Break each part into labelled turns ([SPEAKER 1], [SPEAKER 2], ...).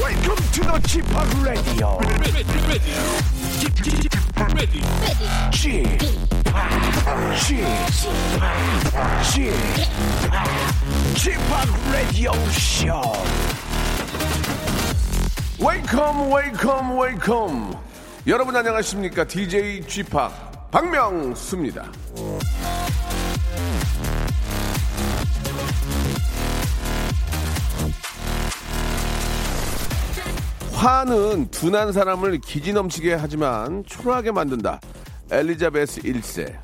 [SPEAKER 1] Welcome to the g p o p Radio.
[SPEAKER 2] ready, ready, ready, ready.
[SPEAKER 1] g p o p g p g p o p Radio Show.
[SPEAKER 3] 웨이컴 웨이컴 웨이컴 여러분 안녕하십니까 DJ g p o p 박명수입니다 화는 둔한 사람을 기지 넘치게 하지만 초라하게 만든다 엘리자베스 1세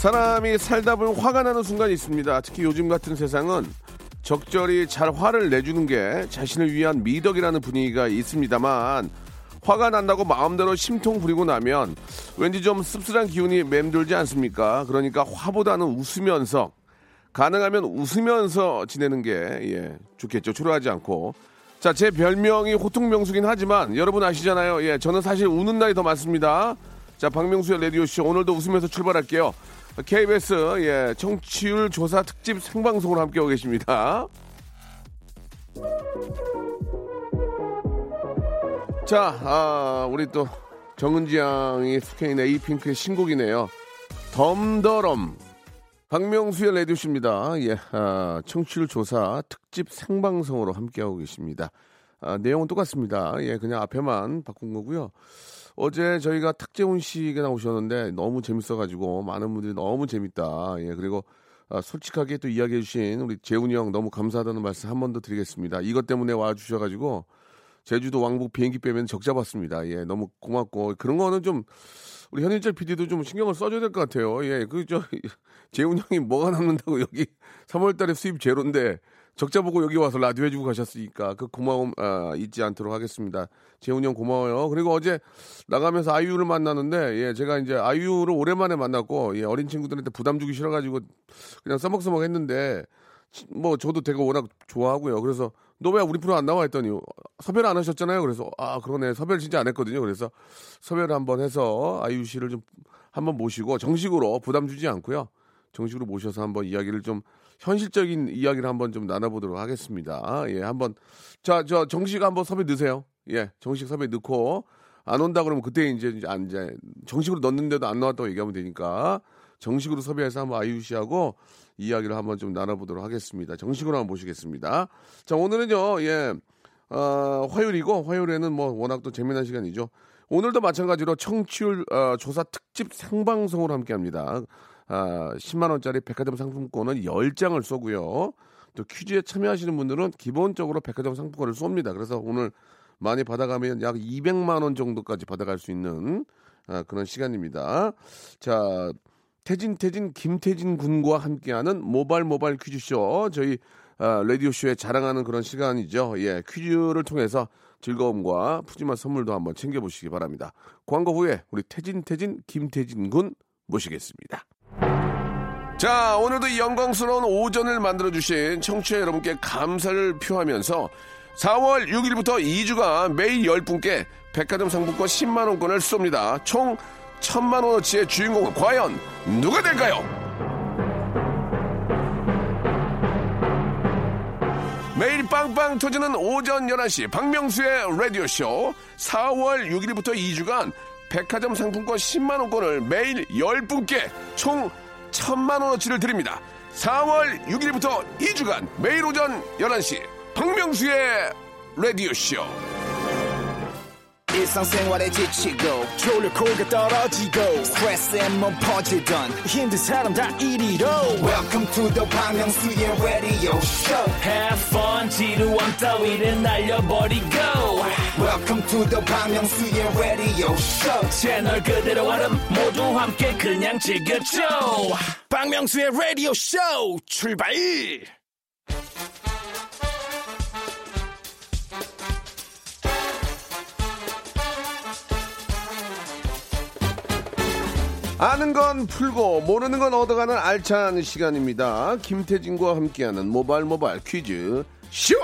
[SPEAKER 3] 사람이 살다 보면 화가 나는 순간이 있습니다. 특히 요즘 같은 세상은 적절히 잘 화를 내주는 게 자신을 위한 미덕이라는 분위기가 있습니다만 화가 난다고 마음대로 심통 부리고 나면 왠지 좀 씁쓸한 기운이 맴돌지 않습니까? 그러니까 화보다는 웃으면서 가능하면 웃으면서 지내는 게 예, 좋겠죠. 초라하지 않고. 자, 제 별명이 호통명수긴 하지만 여러분 아시잖아요. 예, 저는 사실 우는 날이 더 많습니다. 자, 박명수의 라디오쇼 오늘도 웃으면서 출발할게요. KBS 예, 청취율 조사 특집 생방송으로 함께하고 계십니다. 자, 아, 우리 또 정은지 양이 속해 있는 에이핑크의 신곡이네요. 덤더럼. 박명수의 라디오십입니다. 예, 아, 청취율 조사 특집 생방송으로 함께하고 계십니다. 아, 내용은 똑같습니다. 예, 그냥 앞에만 바꾼 거고요. 어제 저희가 탁재훈 씨가 나오셨는데 너무 재밌어가지고 많은 분들이 너무 재밌다. 예, 그리고 아, 솔직하게 또 이야기해주신 우리 재훈이 형 너무 감사하다는 말씀 한 번 더 드리겠습니다. 이것 때문에 와주셔가지고 제주도 왕복 비행기 빼면 적자 봤습니다. 예, 너무 고맙고 그런 거는 좀 우리 현인철 PD도 좀 신경을 써줘야 될 것 같아요. 예, 그저 재훈 형이 뭐가 남는다고 여기 3월달에 수입 제로인데 적자 보고 여기 와서 라디오 해주고 가셨으니까 그 고마움 아, 잊지 않도록 하겠습니다. 재훈 형 고마워요. 그리고 어제 나가면서 아이유를 만나는데 예, 제가 이제 아이유를 오랜만에 만났고 예, 어린 친구들한테 부담 주기 싫어가지고 그냥 써먹써먹 했는데 치- 뭐 저도 되게 워낙 좋아하고요. 그래서 너 왜 우리 프로 안 나와 했더니 섭외를 안 하셨잖아요. 그래서 아 그러네 섭외를 진짜 안 했거든요. 그래서 섭외를 한번 해서 아이유 씨를 좀 한번 모시고 정식으로 부담 주지 않고요. 정식으로 모셔서 한번 이야기를 좀 현실적인 이야기를 한번 좀 나눠보도록 하겠습니다. 예, 한번 자 저 정식 한번 섭외 넣으세요. 예, 정식 섭외 넣고 안 온다 그러면 그때 이제 이제 안 이제 정식으로 넣는데도 안 나왔다고 얘기하면 되니까 정식으로 섭외해서 한번 아이유 씨하고 이야기를 한번 좀 나눠보도록 하겠습니다. 정식으로 한번 모시겠습니다. 자, 오늘은요, 예, 어, 화요일이고, 화요일에는 뭐 워낙 또 재미난 시간이죠. 오늘도 마찬가지로 청취율 어, 조사 특집 생방송으로 함께 합니다. 아, 10만원짜리 백화점 상품권은 10장을 쏘고요. 또 퀴즈에 참여하시는 분들은 기본적으로 백화점 상품권을 쏩니다. 그래서 오늘 많이 받아가면 약 200만원 정도까지 받아갈 수 있는 아, 그런 시간입니다. 자, 태진 태진 김태진 군과 함께하는 모발 모발 퀴즈쇼 저희 아, 라디오 쇼에 자랑하는 그런 시간이죠. 예, 퀴즈를 통해서 즐거움과 푸짐한 선물도 한번 챙겨보시기 바랍니다. 광고 후에 우리 태진 태진 김태진 군 모시겠습니다. 자, 오늘도 이 영광스러운 오전을 만들어주신 청취자 여러분께 감사를 표하면서 4월 6일부터 2주간 매일 10분께 백화점 상품권 10만원권을 쏩니다. 총 1000만원어치의 주인공은 과연 누가 될까요? 매일 빵빵 터지는 오전 11시 박명수의 라디오쇼 4월 6일부터 2주간 백화점 상품권 10만원권을 매일 10분께 총 1000만원어치를 드립니다. 4월 6일부터 2주간 매일 오전 11시 박명수의 라디오쇼
[SPEAKER 4] 일상생활에 지치고, 졸려 코가 떨어지고, 스트레스에 몸 퍼지던, 힘든 사람 다 이리로. welcome to the Bang Myung-soo's radio show
[SPEAKER 5] Have fun 지루함 따위를 날려버리고
[SPEAKER 4] welcome to the Bang Myung-soo's radio show
[SPEAKER 5] 채널 그대로 와름 모두 함께 그냥 즐겨줘 박명수의 라디오 쇼 출발
[SPEAKER 3] 아는 건 풀고 모르는 건 얻어가는 알찬 시간입니다. 김태진과 함께하는 모발 모발 퀴즈 쇼.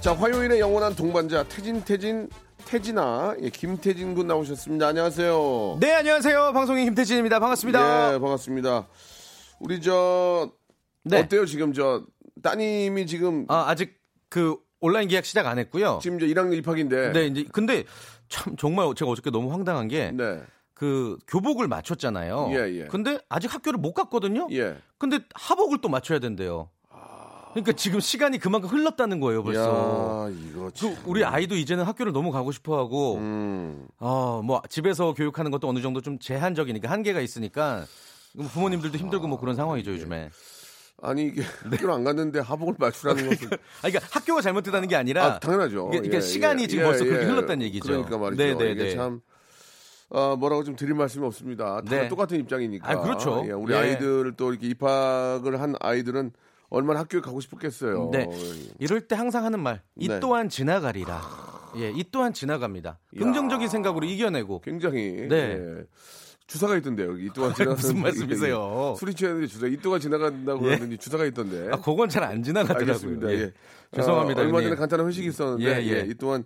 [SPEAKER 3] 자, 화요일의 영원한 동반자 태진 태진 태진아 예, 김태진 군 나오셨습니다. 안녕하세요.
[SPEAKER 6] 네, 안녕하세요. 방송인 김태진입니다. 네, 반갑습니다.
[SPEAKER 3] 예, 반갑습니다. 우리 저
[SPEAKER 6] 네.
[SPEAKER 3] 어때요 지금 저 따님이 지금
[SPEAKER 6] 아, 아직 그 온라인 계약 시작 안 했고요.
[SPEAKER 3] 지금 저 1학년 입학인데
[SPEAKER 6] 네, 이제 근데 참 정말 제가 어저께 너무 황당한 게 그
[SPEAKER 3] 네.
[SPEAKER 6] 교복을 맞췄잖아요.
[SPEAKER 3] 예, 예.
[SPEAKER 6] 근데 아직 학교를 못 갔거든요.
[SPEAKER 3] 예. 아.
[SPEAKER 6] 근데 하복을 또 맞춰야 된대요. 그러니까 지금 시간이 그만큼 흘렀다는 거예요, 벌써.
[SPEAKER 3] 야, 이거 참.
[SPEAKER 6] 그 우리 아이도 이제는 학교를 너무 가고 싶어 하고
[SPEAKER 3] 음.
[SPEAKER 6] 어, 뭐 집에서 교육하는 것도 어느 정도 좀 제한적이니까 한계가 있으니까 부모님들도 힘들고 뭐 그런 상황이죠, 요즘에.
[SPEAKER 3] 아니 이게
[SPEAKER 6] 네.
[SPEAKER 3] 학교를 안 갔는데 하복을 맞추라는 것은
[SPEAKER 6] 아, 그러니까 학교가 잘못됐다는 게 아니라
[SPEAKER 3] 아, 당연하죠.
[SPEAKER 6] 이게- 그러니까
[SPEAKER 3] 예,
[SPEAKER 6] 시간이
[SPEAKER 3] 예,
[SPEAKER 6] 지금
[SPEAKER 3] 예,
[SPEAKER 6] 벌써
[SPEAKER 3] 예.
[SPEAKER 6] 그렇게 흘렀다는 얘기죠.
[SPEAKER 3] 그러니까 말이죠.
[SPEAKER 6] 네, 네,
[SPEAKER 3] 이게
[SPEAKER 6] 네.
[SPEAKER 3] 참 어, 뭐라고 좀 드릴 말씀이 없습니다. 다
[SPEAKER 6] 네.
[SPEAKER 3] 똑같은 입장이니까.
[SPEAKER 6] 아, 그렇죠.
[SPEAKER 3] 예, 우리
[SPEAKER 6] 예.
[SPEAKER 3] 아이들을 또 이렇게 입학을 한 아이들은 얼마나 학교에 가고 싶었겠어요. 예.
[SPEAKER 6] 네. 이럴 때 항상 하는 말. 이
[SPEAKER 3] 네.
[SPEAKER 6] 또한 지나가리라. 예, 이 또한 지나갑니다. 긍정적인 생각으로 이겨내고.
[SPEAKER 3] 굉장히
[SPEAKER 6] 네.
[SPEAKER 3] 예. 주사가 있던데요. 여기 이또가 지나가는
[SPEAKER 6] 무슨 말씀이세요?
[SPEAKER 3] 예. 술이 취했는데 주사 이또가 지나간다고
[SPEAKER 6] 예.
[SPEAKER 3] 그러는데 주사가 있던데.
[SPEAKER 6] 아, 그건 잘 안 지나가더라고요.
[SPEAKER 3] 알겠습니다. 예.
[SPEAKER 6] 죄송합니다.
[SPEAKER 3] 어, 얼마 전에
[SPEAKER 6] 형님.
[SPEAKER 3] 간단한 회식이 있었는데
[SPEAKER 6] 예, 예.
[SPEAKER 3] 예, 이 또한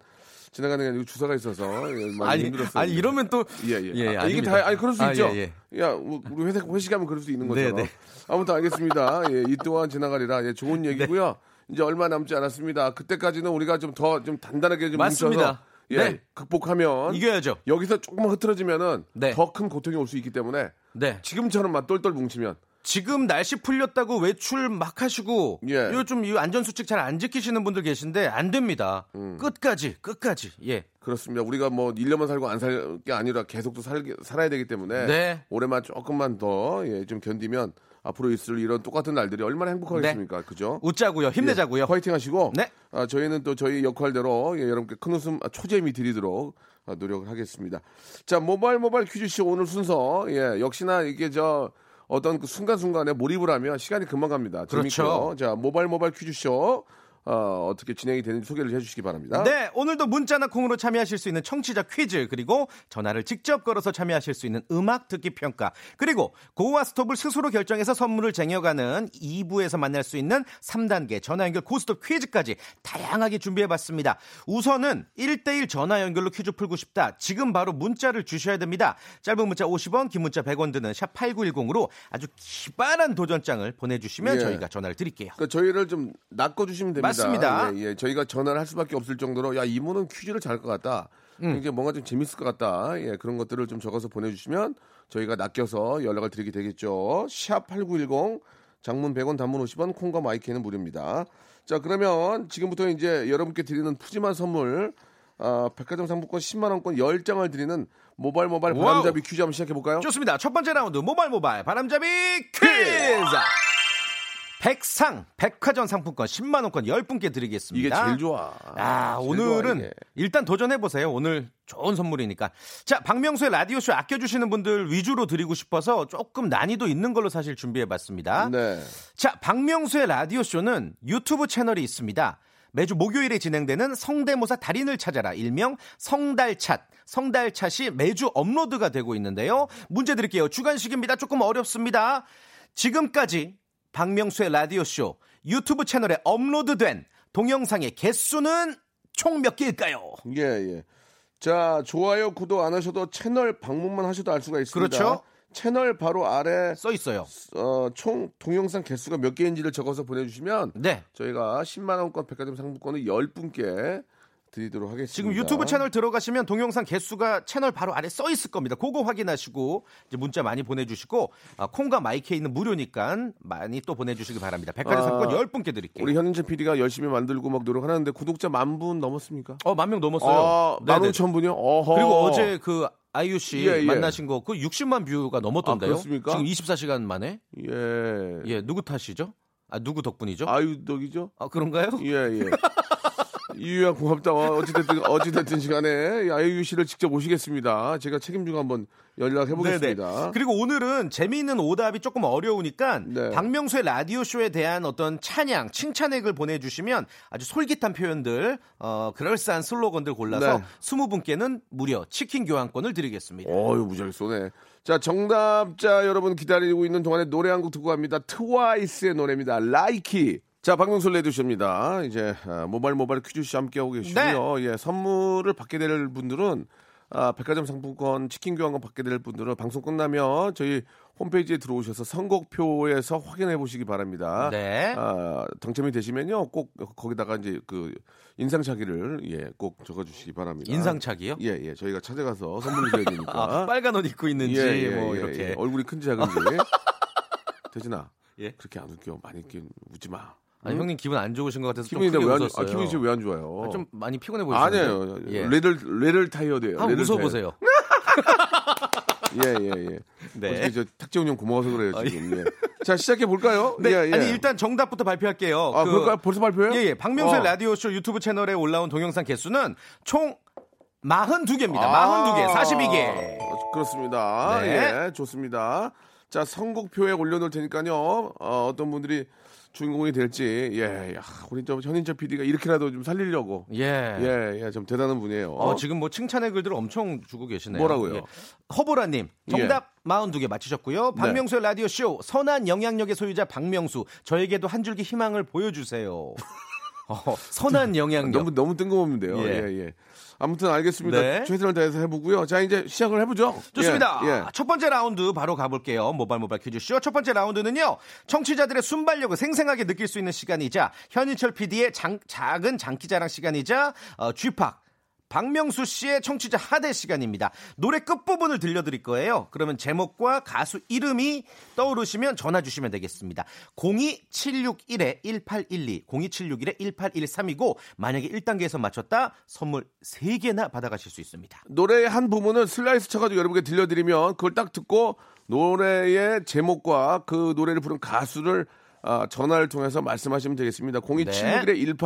[SPEAKER 3] 지나가는 게 아니고 주사가 있어서 예, 많이
[SPEAKER 6] 아니,
[SPEAKER 3] 힘들었어요.
[SPEAKER 6] 아니 이러면 또
[SPEAKER 3] 예, 예. 아, 이게
[SPEAKER 6] 아닙니다.
[SPEAKER 3] 다 아니 그럴 수
[SPEAKER 6] 아,
[SPEAKER 3] 있죠.
[SPEAKER 6] 예, 예.
[SPEAKER 3] 야, 우- 우리 회사 회식하면 그럴 수 있는 거죠.
[SPEAKER 6] 네, 네.
[SPEAKER 3] 아무튼 알겠습니다. 예, 이 또한 지나가리라. 예, 좋은 얘기고요. 이제 얼마 남지 않았습니다. 그때까지는 우리가 좀 더 좀 단단하게 좀
[SPEAKER 6] 맞습니다.
[SPEAKER 3] 뭉쳐서 예,
[SPEAKER 6] 네.
[SPEAKER 3] 극복하면
[SPEAKER 6] 이겨야죠.
[SPEAKER 3] 여기서 조금만 흐트러지면은
[SPEAKER 6] 네.
[SPEAKER 3] 더 큰 고통이 올 수 있기 때문에
[SPEAKER 6] 네.
[SPEAKER 3] 지금처럼만 똘똘 뭉치면
[SPEAKER 6] 지금 날씨 풀렸다고 외출 막 하시고
[SPEAKER 3] 예.
[SPEAKER 6] 요즘 이 안전 수칙 잘 안 지키시는 분들 계신데 안 됩니다.
[SPEAKER 3] 음.
[SPEAKER 6] 끝까지 끝까지. 예.
[SPEAKER 3] 그렇습니다. 우리가 뭐 1년만 살고 안 살 게 아니라 계속 또 살, 살아야 되기 때문에
[SPEAKER 6] 네.
[SPEAKER 3] 올해만 조금만 더 예, 좀 견디면 앞으로 있을 이런 똑같은 날들이 얼마나 행복하겠습니까? 그죠? 예,
[SPEAKER 6] 웃자고요. 네. 힘내자고요.
[SPEAKER 3] 화이팅 하시고
[SPEAKER 6] 네.
[SPEAKER 3] 아, 저희는 또 저희 역할대로 예, 여러분께 큰 웃음 아, 초재미 드리도록 아, 노력을 하겠습니다. 자, 모바일 모바일 퀴즈쇼 오늘 순서 예, 역시나 이게 저 어떤 그 순간순간에 몰입을 하면 시간이 금방 갑니다.
[SPEAKER 6] 그렇죠.
[SPEAKER 3] 재밌고요. 자, 모바일 모바일 퀴즈쇼 어, 어떻게 진행이 되는지 소개를 해주시기 바랍니다.
[SPEAKER 6] 네, 오늘도 문자나 콩으로 참여하실 수 있는 청취자 퀴즈, 그리고 전화를 직접 걸어서 참여하실 수 있는 음악 듣기 평가, 그리고 고와 스톱을 스스로 결정해서 선물을 쟁여가는 2부에서 만날 수 있는 3단계 전화 연결 고스톱 퀴즈까지 다양하게 준비해봤습니다. 우선은 1대1 전화 연결로 퀴즈 풀고 싶다. 지금 바로 문자를 주셔야 됩니다. 짧은 문자 50원, 긴 문자 100원 드는 샵 8910으로 아주 기발한 도전장을 보내주시면
[SPEAKER 3] 예.
[SPEAKER 6] 저희가 전화를 드릴게요.
[SPEAKER 3] 그러니까 저희를 좀 낚아주시면 됩니다.
[SPEAKER 6] 맞습니다.
[SPEAKER 3] 예, 예. 저희가 전화를 할 수밖에 없을 정도로 야 이분은 퀴즈를 잘 것 같다.
[SPEAKER 6] 음.
[SPEAKER 3] 이제 뭔가 좀 재밌을 것 같다. 예, 그런 것들을 좀 적어서 보내주시면 저희가 낚여서 연락을 드리게 되겠죠. 샵 #8910 장문 100원, 단문 50원, 콩과 마이크는 무료입니다. 자, 그러면 지금부터 이제 여러분께 드리는 푸짐한 선물, 아, 백화점 상품권 10만 원권 10장을 드리는 모발 모발
[SPEAKER 6] 와우.
[SPEAKER 3] 바람잡이 퀴즈 한번 시작해 볼까요?
[SPEAKER 6] 어? 좋습니다. 첫 번째 라운드 모발 모발 바람잡이 퀴즈. 백상 백화점 상품권 10만 원권 10분께
[SPEAKER 3] 이게
[SPEAKER 6] 드리겠습니다.
[SPEAKER 3] 제일 좋아.
[SPEAKER 6] 아,
[SPEAKER 3] 제일 좋아,
[SPEAKER 6] 오늘은
[SPEAKER 3] 이게.
[SPEAKER 6] 일단 도전해 보세요. 오늘 좋은 선물이니까. 자, 박명수의 라디오 쇼 아껴 주시는 분들 위주로 드리고 싶어서 조금 난이도 있는 걸로 사실 준비해 봤습니다.
[SPEAKER 3] 네.
[SPEAKER 6] 자, 박명수의 라디오쇼는 유튜브 채널이 있습니다. 매주 목요일에 진행되는 성대모사 달인을 찾아라. 일명 성달찻. 성달찻이 매주 업로드가 되고 있는데요. 문제 드릴게요. 주간식입니다. 조금 어렵습니다. 지금까지 박명수의 라디오쇼 유튜브 채널에 업로드된 동영상의 개수는 총 몇 개일까요?
[SPEAKER 3] 예, 예. 자, 좋아요, 구독 안 하셔도 채널 방문만 하셔도 알 수가 있습니다.
[SPEAKER 6] 그렇죠.
[SPEAKER 3] 채널 바로 아래
[SPEAKER 6] 써 있어요.
[SPEAKER 3] 어, 총 동영상 개수가 몇 개인지를 적어서 보내주시면
[SPEAKER 6] 네.
[SPEAKER 3] 저희가 10만 원권 백화점 상품권을 10분께 드리도록 하겠습니다.
[SPEAKER 6] 지금 유튜브 채널 들어가시면 동영상 개수가 채널 바로 아래 써 있을 겁니다. 그거 확인하시고 이제 문자 많이 보내주시고 아, 콩과 마이케이는 무료니까 많이 또 보내주시기 바랍니다. 백화점
[SPEAKER 3] 아,
[SPEAKER 6] 상권 10분께 드릴게요.
[SPEAKER 3] 우리 현인재 PD가 열심히 만들고 막 노력하는데 구독자 만 분 넘었습니까?
[SPEAKER 6] 어, 만 명 넘었어요.
[SPEAKER 3] 아,
[SPEAKER 6] 네네.
[SPEAKER 3] 만 오천 분이요? 어허.
[SPEAKER 6] 그리고 어제 그 아이유 씨
[SPEAKER 3] 예, 예.
[SPEAKER 6] 만나신 거 그 60만 뷰가 넘었던데요.
[SPEAKER 3] 아, 그렇습니까?
[SPEAKER 6] 지금 24시간 만에
[SPEAKER 3] 예.
[SPEAKER 6] 예 누구 탓이죠? 아 누구 덕분이죠? 아,
[SPEAKER 3] 아유, 덕이죠?
[SPEAKER 6] 그런가요?
[SPEAKER 3] 예, 예. 이유야 고맙다. 와, 어찌됐든, 어찌됐든 시간에 아이유 씨를 직접 오시겠습니다. 제가 책임지고 한번 연락해보겠습니다.
[SPEAKER 6] 그리고 오늘은 재미있는 오답이 조금 어려우니까
[SPEAKER 3] 네.
[SPEAKER 6] 박명수의 라디오 쇼에 대한 어떤 찬양, 칭찬액을 보내주시면 아주 솔깃한 표현들, 어, 그럴싸한 슬로건들 골라서
[SPEAKER 3] 네.
[SPEAKER 6] 스무 분께는 무려 치킨 교환권을 드리겠습니다.
[SPEAKER 3] 어유 무지하게 쏘네. 자, 정답자 여러분 기다리고 있는 동안에 노래 한 곡 듣고 갑니다. 트와이스의 노래입니다. 라이키. 자, 박명수 레디쇼입니다. 이제 아, 모바일 모바일 퀴즈쇼 함께하고 계시고요. 예, 선물을 받게 될 분들은 아, 백화점 상품권, 치킨 교환권 받게 될 분들은 방송 끝나면 저희 홈페이지에 들어오셔서 선곡표에서 확인해 보시기 바랍니다.
[SPEAKER 6] 네.
[SPEAKER 3] 아, 당첨이 되시면요, 꼭 거기다가 이제 그 인상착의를 예, 꼭 적어주시기 바랍니다.
[SPEAKER 6] 인상착이요?
[SPEAKER 3] 예, 예, 저희가 찾아가서 선물을 드려야 되니까.
[SPEAKER 6] 아, 빨간 옷 입고 있는지 뭐
[SPEAKER 3] 예,
[SPEAKER 6] 이렇게
[SPEAKER 3] 예. 얼굴이 큰지 작은지 대진아
[SPEAKER 6] 예?
[SPEAKER 3] 그렇게 안 웃겨 많이 웃긴 웃지 마
[SPEAKER 6] 아니 형님 기분 안 좋으신 것 같아서
[SPEAKER 3] 음. 기분이
[SPEAKER 6] 좀 크게
[SPEAKER 3] 왜안
[SPEAKER 6] 웃었어요.
[SPEAKER 3] 기분이 지금 왜안 좋아요
[SPEAKER 6] 아, 좀 많이 피곤해 보이시는데.
[SPEAKER 3] 아니에요
[SPEAKER 6] 예.
[SPEAKER 3] 레를 레를 타이어드예요
[SPEAKER 6] 한번 웃어 보세요.
[SPEAKER 3] 예예예
[SPEAKER 6] 네. 아,
[SPEAKER 3] 어떻게 저 탁재훈 형 고마워서 그래요 지금 예. 자 시작해 볼까요
[SPEAKER 6] 네,
[SPEAKER 3] 예, 예.
[SPEAKER 6] 아니 일단 정답부터 발표할게요.
[SPEAKER 3] 아 그럴까요 벌써 발표해요
[SPEAKER 6] 예, 예. 박명수의
[SPEAKER 3] 어.
[SPEAKER 6] 라디오쇼 유튜브 채널에 올라온 동영상 개수는 총 42개입니다.
[SPEAKER 3] 아.
[SPEAKER 6] 42개, 42개.
[SPEAKER 3] 어, 그렇습니다.
[SPEAKER 6] 네.
[SPEAKER 3] 예, 좋습니다. 자, 선곡표에 올려놓을 테니까요. 어, 떤 분들이 주인공이 될지, 예, 야, 우리 저 현인철 PD가 이렇게라도 좀 살리려고.
[SPEAKER 6] 예.
[SPEAKER 3] 예, 예, 좀 대단한 분이에요.
[SPEAKER 6] 어, 지금 뭐 칭찬의 글들을 엄청 주고 계시네요. 예.
[SPEAKER 3] 뭐라고요? 예.
[SPEAKER 6] 허보라님 정답 42개 맞히셨고요.
[SPEAKER 3] 네.
[SPEAKER 6] 박명수의 라디오 쇼 선한 영향력의 소유자 박명수 저에게도 한 줄기 희망을 보여주세요. 어, 선한 영향력.
[SPEAKER 3] 너무, 너무 뜬금없는데요.
[SPEAKER 6] 예.
[SPEAKER 3] 예, 예. 아무튼 알겠습니다.
[SPEAKER 6] 네.
[SPEAKER 3] 최선을 다해서 해보고요. 자, 이제 시작을 해보죠.
[SPEAKER 6] 좋습니다.
[SPEAKER 3] 예, 예.
[SPEAKER 6] 첫 번째 라운드 바로 가볼게요. 모발 모발 퀴즈쇼. 첫 번째 라운드는요. 청취자들의 순발력을 생생하게 느낄 수 있는 시간이자 현인철 PD의 작은 장기자랑 시간이자 어, 쥐팍. 박명수 씨의 청취자 하대 시간입니다. 노래 끝부분을 들려드릴 거예요. 그러면 제목과 가수 이름이 떠오르시면 전화 주시면 되겠습니다. 02761-1812, 02761-1813이고 만약에 1단계에서 맞췄다 선물 3개나 받아가실 수 있습니다.
[SPEAKER 3] 노래의 한 부분을 슬라이스 쳐가지고 여러분께 들려드리면 그걸 딱 듣고 노래의 제목과 그 노래를 부른 가수를 아, 전화를 통해서 말씀하시면 되겠습니다.
[SPEAKER 6] 네.
[SPEAKER 3] 02761-1812,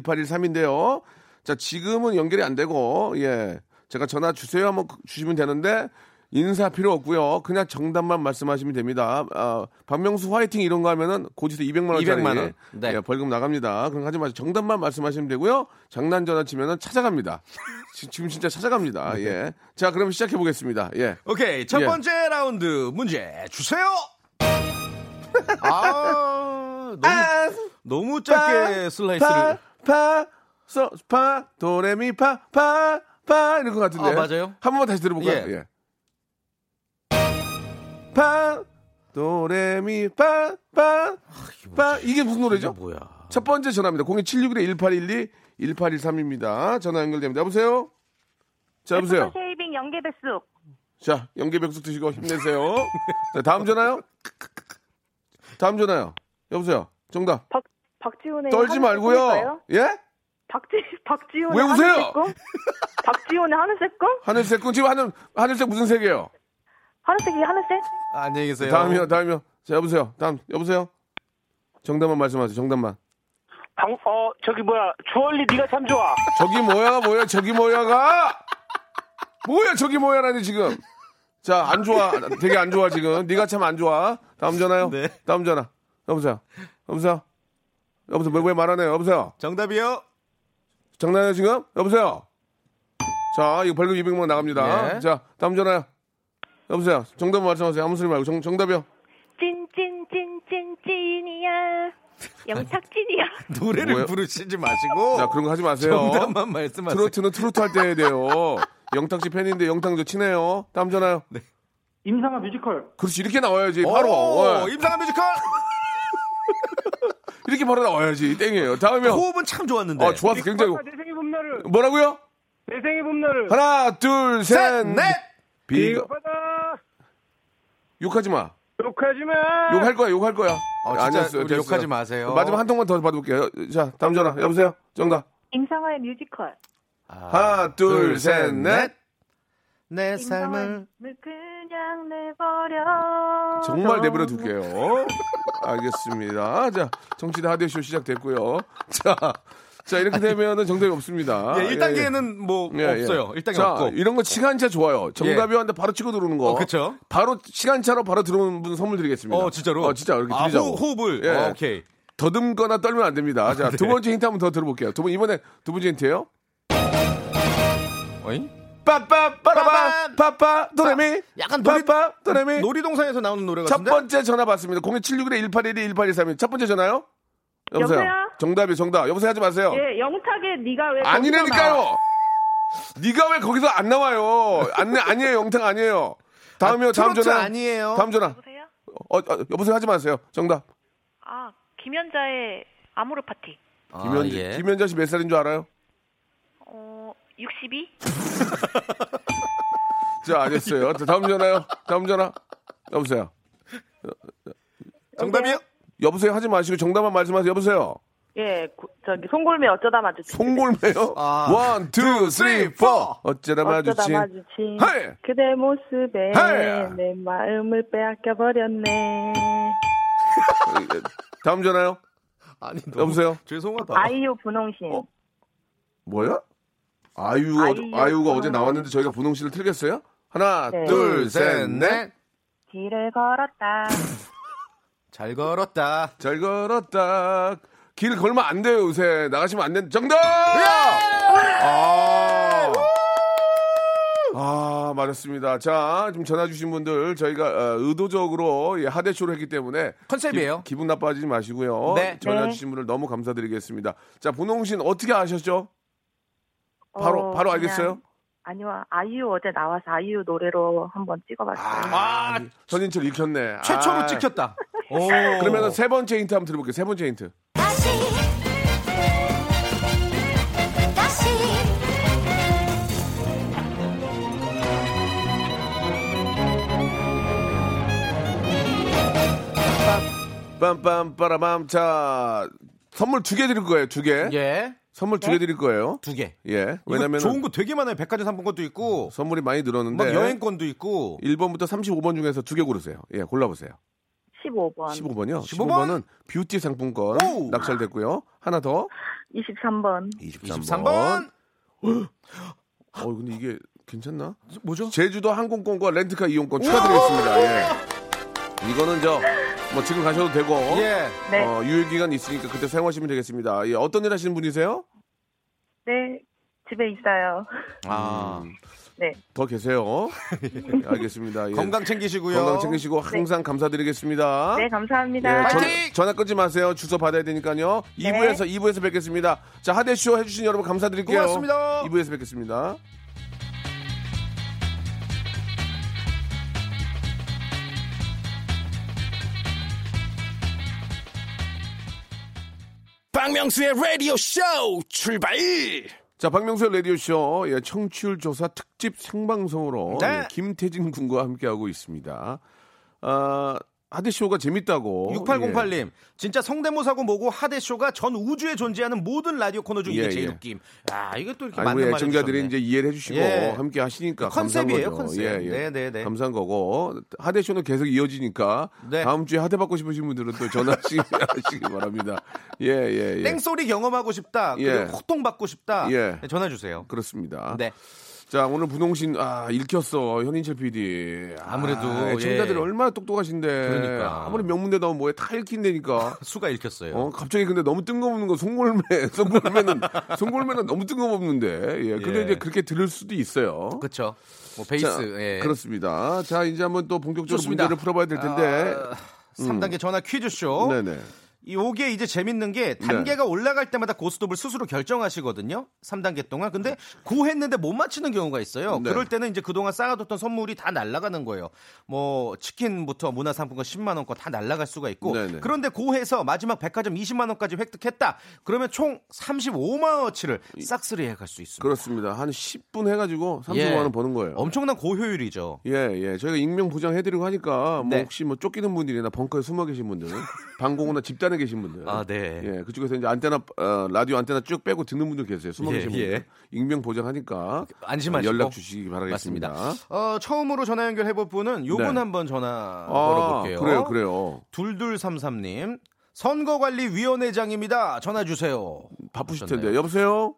[SPEAKER 3] 1813인데요. 자, 지금은 연결이 안 되고, 예. 제가 전화 주세요 한번 그, 주시면 되는데, 인사 필요 없고요. 그냥 정답만 말씀하시면 됩니다. 아, 박명수 화이팅 이런 거 하면은 고지서 200만 원짜리
[SPEAKER 6] 200만 원. 네.
[SPEAKER 3] 예, 벌금 나갑니다. 그럼 하지 마세요. 정답만 말씀하시면 되고요. 장난 전화 치면은 찾아갑니다. 지- 지금 진짜 찾아갑니다.
[SPEAKER 6] 네.
[SPEAKER 3] 예. 자, 그럼 시작해 보겠습니다. 예.
[SPEAKER 6] 오케이 첫
[SPEAKER 3] 예.
[SPEAKER 6] 번째 라운드 문제 주세요. 아 너무 너무
[SPEAKER 3] 아,
[SPEAKER 6] 짧게 슬라이스를
[SPEAKER 3] 파, 소, 파, 도레미, 파, 파, 파, 이런 것 같은데.
[SPEAKER 6] 아, 맞아요?
[SPEAKER 3] 한 번만 다시 들어볼까요?
[SPEAKER 6] 예.
[SPEAKER 3] 예. 파, 도레미, 파, 파, 파. 이게 무슨 노래죠?
[SPEAKER 6] 뭐야?
[SPEAKER 3] 첫 번째 전화입니다. 02761-1812, 1813입니다. 전화 연결됩니다. 여보세요? 자, 여보세요?
[SPEAKER 7] 네, 쉐이빙 연계백숙.
[SPEAKER 3] 자, 연계백숙 드시고 힘내세요. 자, 다음 전화요? 다음 전화요. 여보세요? 정답.
[SPEAKER 7] 박 박지훈의
[SPEAKER 3] 떨지
[SPEAKER 7] 네, 하늘
[SPEAKER 3] 말고요.
[SPEAKER 7] 씻을까요?
[SPEAKER 3] 예?
[SPEAKER 7] 박지 박지훈의
[SPEAKER 3] 왜 우세요?
[SPEAKER 7] 하늘 씻고? 박지훈의 하늘색 꿈?
[SPEAKER 3] 하늘색 꿈 지금 하늘 하늘색 무슨 색이에요?
[SPEAKER 7] 하늘색이 하늘색?
[SPEAKER 6] 안녕히 계세요.
[SPEAKER 3] 다음이요, 다음이요. 자, 여보세요. 다음 여보세요. 정답만 말씀하세요. 정답만.
[SPEAKER 8] 방, 어, 저기 뭐야, 주얼리 네가 참 좋아.
[SPEAKER 3] 저기 뭐야, 뭐야, 저기 뭐야가 뭐야, 저기 뭐야라니 지금. 자, 안 좋아. 되게 안 좋아 지금. 네가 참 안 좋아. 다음 전화요.
[SPEAKER 6] 네.
[SPEAKER 3] 다음 전화. 여보세요. 여보세요. 여보세요. 왜- 왜 말하네요? 여보세요.
[SPEAKER 6] 정답이요.
[SPEAKER 3] 장난해요 지금? 여보세요. 자, 이거 벌금 200만 원 나갑니다.
[SPEAKER 6] 네.
[SPEAKER 3] 자, 다음 전화요. 여보세요. 정답 말씀하세요. 아무 소리 말고 정, 정답이요.
[SPEAKER 7] 찐찐찐찐찐이야. 영탁진이야.
[SPEAKER 6] 노래를
[SPEAKER 3] 뭐예요?
[SPEAKER 6] 부르시지 마시고
[SPEAKER 3] 자, 그런 거 하지 마세요.
[SPEAKER 6] 정답만 말씀하세요.
[SPEAKER 3] 트로트는 트로트 할 때 해야 돼요. 영탁 씨 팬인데 영탁 저 친해요. 다음 전화요.
[SPEAKER 8] 임상아 뮤지컬.
[SPEAKER 3] 그렇지 이렇게 나와야지
[SPEAKER 6] 오,
[SPEAKER 3] 바로 예.
[SPEAKER 6] 임상한 뮤지컬
[SPEAKER 3] 이렇게 바로 나와야지 땡이에요. 다음이요.
[SPEAKER 6] 호흡은 참 좋았는데.
[SPEAKER 3] 아 좋았어 굉장히
[SPEAKER 8] 내 생의 봄날을,
[SPEAKER 3] 뭐라고요?
[SPEAKER 8] 내 생의 봄날을.
[SPEAKER 3] 하나
[SPEAKER 6] 셋,
[SPEAKER 3] 둘셋넷
[SPEAKER 6] 넷.
[SPEAKER 3] 비가
[SPEAKER 8] 받아.
[SPEAKER 3] 욕하지 마.
[SPEAKER 8] 욕하지 마.
[SPEAKER 3] 욕할 거야 욕할 거야.
[SPEAKER 6] 어, 진짜
[SPEAKER 3] 아니었어요.
[SPEAKER 6] 우리
[SPEAKER 3] 됐어요. 그
[SPEAKER 6] 욕하지 마세요.
[SPEAKER 3] 마지막 한 통만 더 받아볼게요. 자 다음 전화 여보세요. 정답.
[SPEAKER 7] 임상화의 뮤지컬.
[SPEAKER 3] 하나
[SPEAKER 6] 아, 둘, 셋,
[SPEAKER 3] 둘셋넷
[SPEAKER 6] 넷. 내 네, 삶을
[SPEAKER 7] 임상화를 그냥 내버려.
[SPEAKER 3] 정말 내버려 둘게요. 알겠습니다. 자, 정치대 하대쇼 시작됐고요. 자, 자 이렇게 되면은 정답이 없습니다.
[SPEAKER 6] 예, 1단계는 뭐
[SPEAKER 3] 아, 예, 예.
[SPEAKER 6] 없어요. 1단계
[SPEAKER 3] 자,
[SPEAKER 6] 없고.
[SPEAKER 3] 이런 거 시간차 좋아요. 정답이 왔는데 바로 치고 들어오는 거.
[SPEAKER 6] 어, 그쵸.
[SPEAKER 3] 바로 시간차로 바로 들어오는 분 선물 드리겠습니다.
[SPEAKER 6] 어, 진짜로?
[SPEAKER 3] 어, 진짜 이렇게
[SPEAKER 6] 아,
[SPEAKER 3] 드리자고.
[SPEAKER 6] 호- 호흡을.
[SPEAKER 3] 예.
[SPEAKER 6] 어, 오케이. 아, 네.
[SPEAKER 3] 더듬거나 떨면 안 됩니다. 자, 두 번째 힌트 한번 더 들어볼게요. 두 번 이번에 두 번째 힌트예요.
[SPEAKER 6] 어잉?
[SPEAKER 3] 빠빠 빠라바
[SPEAKER 6] 빠밤.
[SPEAKER 3] 빠빠 도레미
[SPEAKER 6] 약간 놀이-
[SPEAKER 3] 빠빠 도레미
[SPEAKER 6] 놀이동산에서 나오는 노래
[SPEAKER 3] 네. 첫
[SPEAKER 6] 같은데?
[SPEAKER 3] 번째 전화 받습니다. 0 7 6 1 1 8 1 1 1 8 1 3첫 번째 전화요? 여보세요?
[SPEAKER 7] 여보세요?
[SPEAKER 3] 정답이 정답. 여보세요 하지 마세요.
[SPEAKER 7] 예, 영탁의 네가 왜 거기서 나와?
[SPEAKER 3] 아니라니까요. 네가 왜 거기서 안 나와요? 안 아니에요. 영탁 아니에요. 다음이요. 다음
[SPEAKER 6] 트로트
[SPEAKER 3] 전화.
[SPEAKER 6] 아니에요.
[SPEAKER 3] 다음 전화.
[SPEAKER 7] 여보세요?
[SPEAKER 3] 어, 어, 여보세요 하지 마세요. 정답.
[SPEAKER 7] 아, 김연자의 아모르 파티.
[SPEAKER 6] 아,
[SPEAKER 3] 김현자
[SPEAKER 6] 예.
[SPEAKER 3] 김현자 씨 몇 살인 줄 알아요?
[SPEAKER 7] 어, 62?
[SPEAKER 3] 자, 알겠어요. 자, 다음 전화요. 다음 전화. 여보세요.
[SPEAKER 6] 정답이요?
[SPEAKER 3] 여보세요 하지 마시고 정답만 말씀하세요. 여보세요.
[SPEAKER 7] 예, 고- 저기 송골매 어쩌다 마주치.
[SPEAKER 3] 송골매요?
[SPEAKER 6] 아.
[SPEAKER 3] 원, 투, 쓰리, 포. 어쩌다
[SPEAKER 7] 어쩌다
[SPEAKER 3] 마주친.
[SPEAKER 7] 마주친
[SPEAKER 3] 헤이!
[SPEAKER 7] 그대 모습에
[SPEAKER 3] 헤이!
[SPEAKER 7] 내 마음을 빼앗겨 버렸네.
[SPEAKER 3] 다음 전화요.
[SPEAKER 6] 아니, 너무
[SPEAKER 3] 여보세요.
[SPEAKER 6] 죄송하다.
[SPEAKER 7] 아이유 분홍신.
[SPEAKER 3] 어? 뭐야? 아유,
[SPEAKER 7] 아이유.
[SPEAKER 3] 아유, 가 어제 나왔는데 저희가 분홍 씨를 틀겠어요? 하나,
[SPEAKER 7] 네.
[SPEAKER 3] 둘, 셋, 넷.
[SPEAKER 7] 길을 걸었다.
[SPEAKER 6] 잘 걸었다.
[SPEAKER 3] 잘 걸었다. 길 걸면 안 돼요, 요새. 나가시면 안 된다. 정답! 아. 아, 맞았습니다. 자, 지금 전화 주신 분들 저희가 어, 의도적으로 예, 하대쇼를 했기 때문에
[SPEAKER 6] 컨셉이에요.
[SPEAKER 3] 기, 분 나빠하지 마시고요.
[SPEAKER 6] 네.
[SPEAKER 3] 전화
[SPEAKER 7] 네.
[SPEAKER 3] 주신 분을 너무 감사드리겠습니다. 자, 분홍 씨는 어떻게 아셨죠? 바로
[SPEAKER 7] 어,
[SPEAKER 3] 바로
[SPEAKER 7] 그냥-
[SPEAKER 3] 알겠어요?
[SPEAKER 7] 아니요, 아이유 어제 나와서 아이유 노래로 한번 찍어봤어요.
[SPEAKER 3] 아, 전인철 읽혔네.
[SPEAKER 6] 최초로
[SPEAKER 3] 아.
[SPEAKER 6] 찍혔다. 오. 어.
[SPEAKER 3] 그러면은 세 번째 힌트 한번 들어볼게요. 세 번째 힌트.
[SPEAKER 9] 다시 다시
[SPEAKER 3] 빰빰빠라밤. 자, 선물 두 개 드릴 거예요. 두 개.
[SPEAKER 6] 예.
[SPEAKER 3] 선물 두 개 드릴 거예요.
[SPEAKER 6] 두 개.
[SPEAKER 3] 예.
[SPEAKER 6] 왜냐면
[SPEAKER 3] 왜냐면
[SPEAKER 6] 좋은 거 되게 많아요. 백화점 상품권도 있고
[SPEAKER 3] 선물이 많이 늘었는데
[SPEAKER 6] 막 여행권도 있고
[SPEAKER 3] 1번부터 35번 중에서 두 개 고르세요. 예, 골라보세요.
[SPEAKER 7] 15번,
[SPEAKER 3] 15번이요.
[SPEAKER 6] 15번?
[SPEAKER 3] 15번? 은 뷰티 상품권
[SPEAKER 6] 오!
[SPEAKER 3] 낙찰됐고요. 하나 더.
[SPEAKER 7] 23번.
[SPEAKER 3] 23번.
[SPEAKER 6] 23번.
[SPEAKER 3] 어, 근데 이게 괜찮나?
[SPEAKER 6] 뭐죠?
[SPEAKER 3] 제주도 항공권과 렌트카 이용권 축하드리겠습니다. 예. 이거는 저 뭐 지금 가셔도 되고
[SPEAKER 6] 예.
[SPEAKER 7] 네.
[SPEAKER 3] 어, 유효 기간 있으니까 그때 사용하시면 되겠습니다. 예, 어떤 일 하시는 분이세요?
[SPEAKER 7] 네, 집에 있어요.
[SPEAKER 6] 아.
[SPEAKER 7] 네.
[SPEAKER 3] 음. 더 계세요. 예, 알겠습니다. 예.
[SPEAKER 6] 건강 챙기시고요. 네.
[SPEAKER 3] 건강 챙기시고 항상 감사드리겠습니다.
[SPEAKER 7] 네, 감사합니다.
[SPEAKER 3] 어? 예, 전, 전화 끊지 마세요. 주소 받아야 되니까요.
[SPEAKER 6] 네.
[SPEAKER 3] 2부에서 2부에서 뵙겠습니다. 자 하대쇼 해주신 여러분 감사드릴게요.
[SPEAKER 6] 고맙습니다.
[SPEAKER 3] 2부에서 뵙겠습니다.
[SPEAKER 5] 박명수의 라디오 쇼 출발
[SPEAKER 3] 자, 박명수의 라디오쇼, 예, 청취율 조사 특집 생방송으로
[SPEAKER 6] 네.
[SPEAKER 3] 예, 김태진 군과 함께하고 있습니다. 아, 하대쇼가 재밌다고. 예.
[SPEAKER 6] 6808님, 진짜 성대모사고 뭐고 하대쇼가 전 우주에 존재하는 모든 라디오 코너 중에
[SPEAKER 3] 예,
[SPEAKER 6] 제일
[SPEAKER 3] 예.
[SPEAKER 6] 웃김. 아, 이게 또 이렇게
[SPEAKER 3] 아니, 우리
[SPEAKER 6] 맞는 말이
[SPEAKER 3] 예, 애청자들이 이제 이해를 해주시고
[SPEAKER 6] 예.
[SPEAKER 3] 함께 하시니까
[SPEAKER 6] 컨셉이에요,
[SPEAKER 3] 감사한 거죠. 예,
[SPEAKER 6] 컨셉. 네, 네, 네.
[SPEAKER 3] 감사한 거고 하대쇼는 계속 이어지니까
[SPEAKER 6] 네.
[SPEAKER 3] 다음 주에 하대 받고 싶으신 분들은 또 전화하시기 하시기 바랍니다. 예, 예, 예.
[SPEAKER 6] 땡소리 경험하고 싶다.
[SPEAKER 3] 예.
[SPEAKER 6] 그리고 호통받고 싶다.
[SPEAKER 3] 예.
[SPEAKER 6] 네, 전화 주세요.
[SPEAKER 3] 그렇습니다.
[SPEAKER 6] 네.
[SPEAKER 3] 자, 오늘 분홍신, 아, 읽혔어. 현인철 PD.
[SPEAKER 6] 아무래도,
[SPEAKER 3] 아, 청자들이
[SPEAKER 6] 예.
[SPEAKER 3] 얼마나 똑똑하신데.
[SPEAKER 6] 그러니까.
[SPEAKER 3] 아무리 명문대 나오면 뭐에 다 읽힌다니까.
[SPEAKER 6] 수가 읽혔어요.
[SPEAKER 3] 어, 갑자기 근데 너무 뜬금없는 거, 송골매. 송골매는, 송골매는 너무 뜬금없는데. 예. 근데
[SPEAKER 6] 예.
[SPEAKER 3] 이제 그렇게 들을 수도 있어요.
[SPEAKER 6] 그렇죠. 뭐 베이스.
[SPEAKER 3] 자,
[SPEAKER 6] 예.
[SPEAKER 3] 그렇습니다. 자, 이제 한번 또 본격적으로
[SPEAKER 6] 좋습니다.
[SPEAKER 3] 문제를 풀어봐야 될 텐데. 음.
[SPEAKER 6] 3단계 아, 전화 퀴즈쇼.
[SPEAKER 3] 네네.
[SPEAKER 6] 이게 이제 재밌는
[SPEAKER 3] 네.
[SPEAKER 6] 게 단계가 올라갈 때마다 고스톱을 스스로 결정하시거든요. 3단계 동안. 근데 구했는데 못 맞히는 경우가 있어요.
[SPEAKER 3] 그렇죠. 네.
[SPEAKER 6] 그럴 때는 이제 그동안 쌓아뒀던 선물이 다 날아가는 거예요. 뭐 치킨부터 문화상품권 10만 원권 다 날아갈 수가 있고.
[SPEAKER 3] 네네.
[SPEAKER 6] 그런데 고해서 마지막 백화점 20만 원까지 획득했다. 그러면 총 35만 원어치를 싹쓸이 해갈 수 있습니다.
[SPEAKER 3] 그렇습니다. 한 10분 해가지고 35만원
[SPEAKER 6] 예.
[SPEAKER 3] 버는 거예요.
[SPEAKER 6] 엄청난 고효율이죠.
[SPEAKER 3] 예, 예. 저희가 익명 보장해드리고 하니까, 뭐
[SPEAKER 6] 네.
[SPEAKER 3] 혹시 뭐 쫓기는 분들이나 벙커에 숨어 계신 분들, 방공호나 집단에 계신 분들.
[SPEAKER 6] 아, 네.
[SPEAKER 3] 예, 그쪽에서 이제 안테나, 어, 라디오 안테나 쭉 빼고 듣는 분들 계세요. 숨어
[SPEAKER 6] 예,
[SPEAKER 3] 계신
[SPEAKER 6] 예.
[SPEAKER 3] 분들. 익명 보장하니까.
[SPEAKER 6] 안심하시고.
[SPEAKER 3] 연락 주시기 바라겠습니다.
[SPEAKER 6] 맞습니다. 어, 처음으로 전화 연결해 볼 분은 요분
[SPEAKER 3] 네.
[SPEAKER 6] 한번 전화
[SPEAKER 3] 아,
[SPEAKER 6] 걸어볼게요.
[SPEAKER 3] 그래요, 그래요.
[SPEAKER 6] 둘둘삼삼님 선거관리위원회장입니다. 전화 주세요. 어,
[SPEAKER 3] 바쁘실
[SPEAKER 6] 하셨네요.
[SPEAKER 3] 텐데. 여보세요?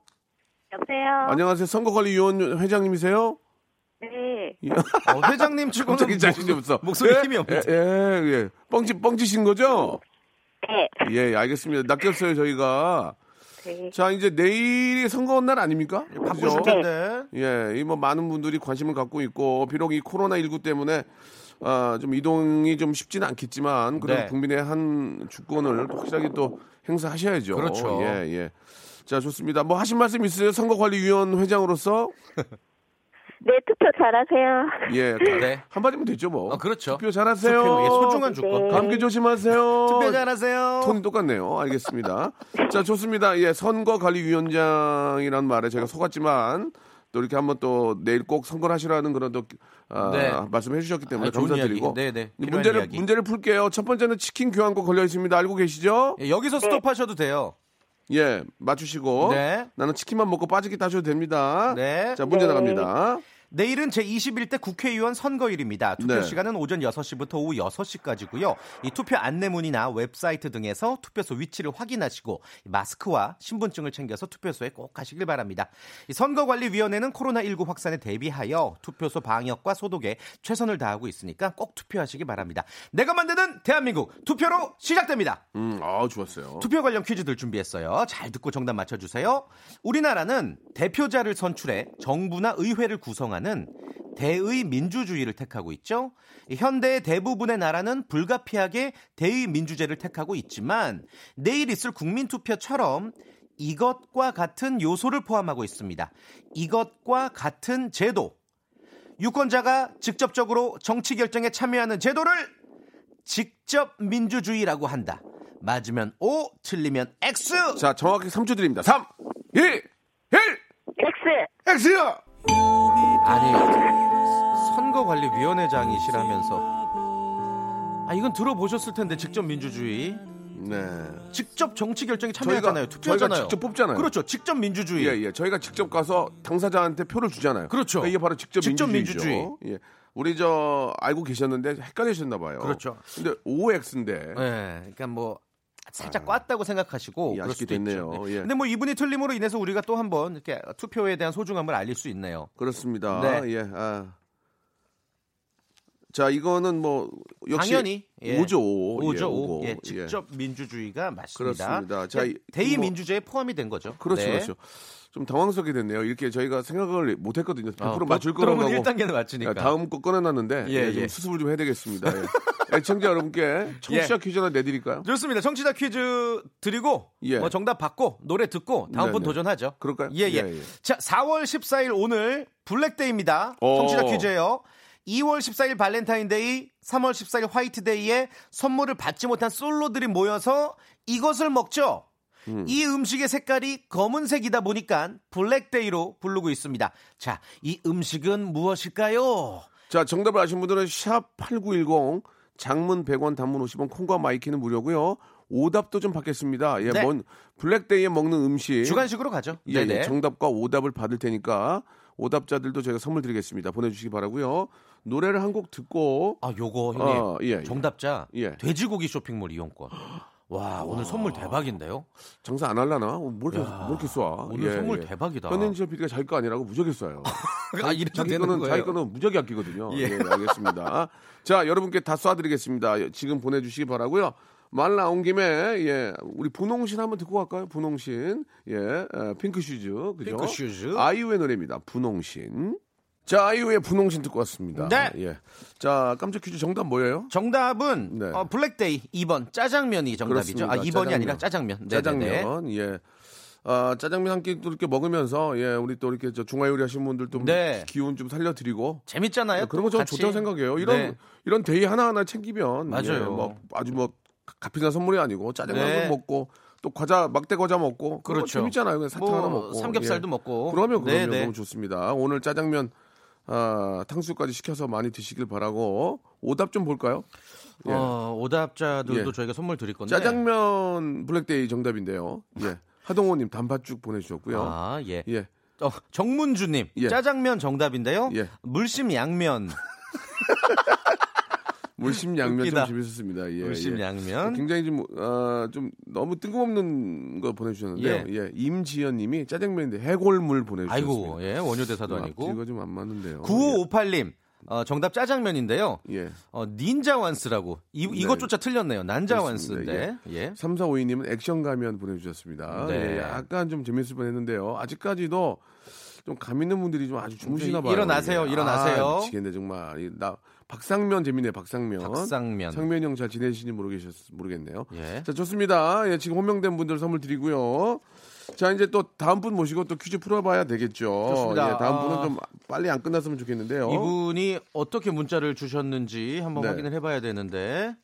[SPEAKER 7] 여보세요.
[SPEAKER 3] 안녕하세요. 선거관리위원 회장님이세요?
[SPEAKER 7] 네,
[SPEAKER 6] 어, 회장님 치고는
[SPEAKER 3] 갑자기 자신이
[SPEAKER 6] 목-
[SPEAKER 3] 없어.
[SPEAKER 6] 목소리
[SPEAKER 3] 예?
[SPEAKER 6] 힘이 없는데.
[SPEAKER 3] 예, 예, 예. 뻥치, 뻥치신 거죠?
[SPEAKER 7] 네,
[SPEAKER 3] 예, 알겠습니다. 낚였어요, 저희가.
[SPEAKER 7] 돼.
[SPEAKER 3] 자, 이제 내일이 선거 날 아닙니까?
[SPEAKER 6] 예, 바쁘실
[SPEAKER 3] 그죠?
[SPEAKER 6] 텐데.
[SPEAKER 3] 예, 이 뭐 많은 분들이 관심을 갖고 있고 비록 이 코로나 19 때문에 아, 좀 이동이 좀 쉽지는 않겠지만 그래도
[SPEAKER 6] 네.
[SPEAKER 3] 국민의 한 주권을 확실하게 또 행사하셔야죠.
[SPEAKER 6] 그렇죠.
[SPEAKER 3] 예, 예. 자, 좋습니다. 뭐 하신 말씀 있으세요? 선거관리위원회장으로서
[SPEAKER 7] 네, 투표 잘하세요.
[SPEAKER 3] 예,
[SPEAKER 6] 네.
[SPEAKER 3] 한마디면 됐죠 뭐.
[SPEAKER 6] 어, 그렇죠.
[SPEAKER 3] 투표 잘하세요.
[SPEAKER 6] 투표, 예, 소중한 주권.
[SPEAKER 7] 네.
[SPEAKER 3] 감기 조심하세요.
[SPEAKER 6] 투표 잘하세요.
[SPEAKER 3] 톤이 똑같네요. 알겠습니다. 자, 좋습니다. 예, 선거관리위원장이라는 말에 제가 속았지만 또 이렇게 한번 또 내일 꼭 선거를 하시라는 그런 또 아,
[SPEAKER 6] 네.
[SPEAKER 3] 말씀해 주셨기 때문에
[SPEAKER 6] 아, 좋은
[SPEAKER 3] 감사드리고
[SPEAKER 6] 이야기. 네, 네. 필요한
[SPEAKER 3] 문제를
[SPEAKER 6] 이야기.
[SPEAKER 3] 문제를 풀게요. 첫 번째는 치킨 교환권 걸려 있습니다. 알고 계시죠?
[SPEAKER 6] 예, 여기서 스톱하셔도 돼요.
[SPEAKER 3] 예, 맞추시고
[SPEAKER 6] 네.
[SPEAKER 3] 나는 치킨만 먹고 빠지기 따셔도 됩니다.
[SPEAKER 6] 네.
[SPEAKER 3] 자, 문제 나갑니다.
[SPEAKER 6] 내일은 제21대 국회의원 선거일입니다. 투표
[SPEAKER 3] 네.
[SPEAKER 6] 시간은 오전 6시부터 오후 6시까지고요. 이 투표 안내문이나 웹사이트 등에서 투표소 위치를 확인하시고 마스크와 신분증을 챙겨서 투표소에 꼭 가시길 바랍니다. 이 선거관리위원회는 코로나19 확산에 대비하여 투표소 방역과 소독에 최선을 다하고 있으니까 꼭 투표하시기 바랍니다. 내가 만드는 대한민국 투표로 시작됩니다.
[SPEAKER 3] 음, 아, 좋았어요.
[SPEAKER 6] 투표 관련 퀴즈들 준비했어요. 잘 듣고 정답 맞춰주세요. 우리나라는 대표자를 선출해 정부나 의회를 구성하는 대의 민주주의를 택하고 있죠. 이 현대의 대부분의 나라는 불가피하게 대의 민주제를 택하고 있지만 내일 있을 국민투표처럼 이것과 같은 요소를 포함하고 있습니다. 이것과 같은 제도. 유권자가 직접적으로 정치 결정에 참여하는 제도를 직접 민주주의라고 한다. 맞으면 O, 틀리면 X.
[SPEAKER 3] 자, 정확히 3초 드립니다. 3, 2, 1,
[SPEAKER 7] X.
[SPEAKER 3] 엑스요!
[SPEAKER 6] 아니 선거관리위원회장이시라면서 아 이건 들어보셨을 텐데 직접 민주주의,
[SPEAKER 3] 네.
[SPEAKER 6] 직접 정치 결정에 참여하잖아요,
[SPEAKER 3] 저희가
[SPEAKER 6] 투표잖아요.
[SPEAKER 3] 직접 뽑잖아요.
[SPEAKER 6] 그렇죠, 직접 민주주의.
[SPEAKER 3] 예, 예. 저희가 직접 가서 당사자한테 표를 주잖아요. 그러니까
[SPEAKER 6] 그렇죠.
[SPEAKER 3] 이게 바로 직접,
[SPEAKER 6] 직접
[SPEAKER 3] 민주주의죠. 예. 우리 저 알고 계셨는데 헷갈리셨나 봐요.
[SPEAKER 6] 그렇죠.
[SPEAKER 3] 근데 OX인데
[SPEAKER 6] 예, 그러니까 뭐 살짝 꽈다고 생각하시고
[SPEAKER 3] 아. 예,
[SPEAKER 6] 그럴
[SPEAKER 3] 아쉽게
[SPEAKER 6] 수도
[SPEAKER 3] 됐네요.
[SPEAKER 6] 있죠.
[SPEAKER 3] 예.
[SPEAKER 6] 근데 뭐 이분이 틀림으로 인해서 우리가 또 한번 이렇게 투표에 대한 소중함을 알릴 수 있네요.
[SPEAKER 3] 그렇습니다.
[SPEAKER 6] 네.
[SPEAKER 3] 예. 아. 자, 이거는 뭐 역시
[SPEAKER 6] 당연히 예.
[SPEAKER 3] 오죠. 오.
[SPEAKER 6] 오죠.
[SPEAKER 3] 예,
[SPEAKER 6] 오.
[SPEAKER 3] 오고.
[SPEAKER 6] 예, 직접 민주주의가 맞습니다. 그러니까
[SPEAKER 3] 그렇습니다. 자, 이-
[SPEAKER 6] 대의
[SPEAKER 3] 뭐-
[SPEAKER 6] 민주주의에 포함이 된 거죠.
[SPEAKER 3] 그렇죠.
[SPEAKER 6] 네.
[SPEAKER 3] 그렇죠. 좀 당황스럽게 됐네요. 이렇게 저희가 생각을 못 했거든요. 100%
[SPEAKER 6] 어,
[SPEAKER 3] 맞출
[SPEAKER 6] 보통은
[SPEAKER 3] 거라고.
[SPEAKER 6] 1단계는 맞추니까.
[SPEAKER 3] 야, 다음 거 꺼내놨는데
[SPEAKER 6] 예,
[SPEAKER 3] 예, 좀
[SPEAKER 6] 예.
[SPEAKER 3] 수습을 좀 해야 되겠습니다. 예. 애청자 여러분께
[SPEAKER 6] 예.
[SPEAKER 3] 청취자 퀴즈 하나 내드릴까요?
[SPEAKER 6] 좋습니다. 청취자 퀴즈 드리고
[SPEAKER 3] 예.
[SPEAKER 6] 뭐 정답 받고 노래 듣고 다음 번
[SPEAKER 3] 네네.
[SPEAKER 6] 도전하죠.
[SPEAKER 3] 그럴까요?
[SPEAKER 6] 예, 예.
[SPEAKER 3] 예, 예.
[SPEAKER 6] 자, 4월 14일 오늘 블랙데이입니다.
[SPEAKER 3] 오.
[SPEAKER 6] 청취자 퀴즈예요. 2월 14일 발렌타인데이, 3월 14일 화이트데이에 선물을 받지 못한 솔로들이 모여서 이것을 먹죠. 이 음식의 색깔이 검은색이다 보니까 블랙데이로 부르고 있습니다. 자, 이 음식은 무엇일까요?
[SPEAKER 3] 자, 정답을 아신 분들은 샵8910 장문 100원 단문 50원 콩과 마이키는 무료고요. 오답도 좀 받겠습니다. 예,
[SPEAKER 6] 네.
[SPEAKER 3] 뭔 블랙데이에 먹는 음식.
[SPEAKER 6] 주간식으로 가죠.
[SPEAKER 3] 예, 예, 정답과 오답을 받을 테니까 오답자들도 저희가 선물 드리겠습니다. 보내 주시기 바라고요. 노래를 한 곡 듣고
[SPEAKER 6] 아, 요거 형님.
[SPEAKER 3] 어, 예, 예.
[SPEAKER 6] 정답자
[SPEAKER 3] 예.
[SPEAKER 6] 돼지고기 쇼핑몰 이용권. 와, 오늘 선물 대박인데요.
[SPEAKER 3] 장사 안 할라나? 어, 뭐 이렇게 뭐 이렇게 쏴?
[SPEAKER 6] 오늘 선물 대박이다.
[SPEAKER 3] 현인철 PD가 자기 거 아니라고 무적이 쏴요.
[SPEAKER 6] 아, 이렇게
[SPEAKER 3] 자기
[SPEAKER 6] 되는
[SPEAKER 3] 거는
[SPEAKER 6] 거예요.
[SPEAKER 3] 자기 거는 무적이 아끼거든요.
[SPEAKER 6] 예.
[SPEAKER 3] 예, 알겠습니다. 자, 여러분께 다 쏴드리겠습니다. 지금 보내주시기 바라고요. 말 나온 김에 예, 우리 분홍신 한번 듣고 갈까요? 분홍신, 예, 에, 핑크 슈즈, 그죠?
[SPEAKER 6] 핑크 슈즈.
[SPEAKER 3] 아이유의 노래입니다. 분홍신. 자, 아이유의 분홍신 듣고 왔습니다.
[SPEAKER 6] 네.
[SPEAKER 3] 예. 자, 깜짝 퀴즈 정답 뭐예요?
[SPEAKER 6] 정답은
[SPEAKER 3] 네.
[SPEAKER 6] 어, 블랙데이 2번 짜장면이 정답이죠.
[SPEAKER 3] 그렇습니다.
[SPEAKER 6] 아, 2번이
[SPEAKER 3] 짜장면.
[SPEAKER 6] 아니라 짜장면. 네네네.
[SPEAKER 3] 짜장면, 예. 아, 짜장면 한 끼 또 이렇게 먹으면서 예, 우리 또 이렇게 저 중화요리 하시는 분들 좀
[SPEAKER 6] 네.
[SPEAKER 3] 기운 좀 살려드리고 예,
[SPEAKER 6] 재밌잖아요.
[SPEAKER 3] 네, 그런 거 저는
[SPEAKER 6] 같이.
[SPEAKER 3] 좋다고 생각해요. 이런
[SPEAKER 6] 네.
[SPEAKER 3] 이런 데이 하나 하나 챙기면
[SPEAKER 6] 맞아요.
[SPEAKER 3] 예, 뭐 아주 뭐 값비싼 선물이 아니고 짜장면
[SPEAKER 6] 네.
[SPEAKER 3] 한번 먹고 또 과자 막대 과자 먹고 그거
[SPEAKER 6] 그렇죠.
[SPEAKER 3] 재밌잖아요. 그냥 사탕
[SPEAKER 6] 뭐,
[SPEAKER 3] 하나 먹고
[SPEAKER 6] 삼겹살도
[SPEAKER 3] 예.
[SPEAKER 6] 먹고.
[SPEAKER 3] 그러면 그러면
[SPEAKER 6] 네, 네.
[SPEAKER 3] 너무 좋습니다. 오늘 짜장면 아, 탕수까지 시켜서 많이 드시길 바라고 오답 좀 볼까요? 예.
[SPEAKER 6] 어, 오답자들도
[SPEAKER 3] 예.
[SPEAKER 6] 저희가 선물 드릴 건데.
[SPEAKER 3] 짜장면 블랙데이 정답인데요. 예. 하동호님 단팥죽 보내주셨고요.
[SPEAKER 6] 아, 예.
[SPEAKER 3] 예.
[SPEAKER 6] 어, 정문주님
[SPEAKER 3] 예.
[SPEAKER 6] 짜장면 정답인데요.
[SPEAKER 3] 예.
[SPEAKER 6] 물심 양면.
[SPEAKER 3] 물심 양면 좀
[SPEAKER 6] 웃기다.
[SPEAKER 3] 재밌었습니다. 예,
[SPEAKER 6] 물심
[SPEAKER 3] 예.
[SPEAKER 6] 양면.
[SPEAKER 3] 굉장히 좀, 아, 좀 너무 뜬금없는 거 보내주셨는데요. 예. 임지연님이 짜장면인데 해골물 보내주셨습니다.
[SPEAKER 6] 예, 아이고, 예. 원효 대사도 아니고.
[SPEAKER 3] 이거 좀 안 맞는데요.
[SPEAKER 6] 9558님 어, 정답 짜장면인데요.
[SPEAKER 3] 예.
[SPEAKER 6] 어, 닌자완스라고. 이, 이것조차 틀렸네요. 난자완스인데.
[SPEAKER 3] 그렇습니다.
[SPEAKER 6] 예.
[SPEAKER 3] 3452님은 액션 가면 보내주셨습니다.
[SPEAKER 6] 네.
[SPEAKER 3] 예, 약간 좀 재밌을 뻔 했는데요. 아직까지도 좀 감 있는 분들이 좀 아주 주무시나
[SPEAKER 6] 이-
[SPEAKER 3] 봐요.
[SPEAKER 6] 일어나세요,
[SPEAKER 3] 이게.
[SPEAKER 6] 일어나세요.
[SPEAKER 3] 아, 미치겠네, 정말. 이 나, 박상면 재밌네요, 박상면.
[SPEAKER 6] 박상면.
[SPEAKER 3] 상면 형 잘 지내시는지 모르겠, 모르겠네요.
[SPEAKER 6] 예.
[SPEAKER 3] 자, 좋습니다. 예, 지금 호명된 분들 선물 드리고요. 자, 이제 또 다음 분 모시고 또 퀴즈 풀어봐야 되겠죠.
[SPEAKER 6] 좋습니다.
[SPEAKER 3] 예, 다음
[SPEAKER 6] 아.
[SPEAKER 3] 분은 좀 빨리 안 끝났으면 좋겠는데요.
[SPEAKER 6] 이분이 어떻게 문자를 주셨는지 한번
[SPEAKER 3] 어? 네.
[SPEAKER 6] 확인을 해봐야 되는데.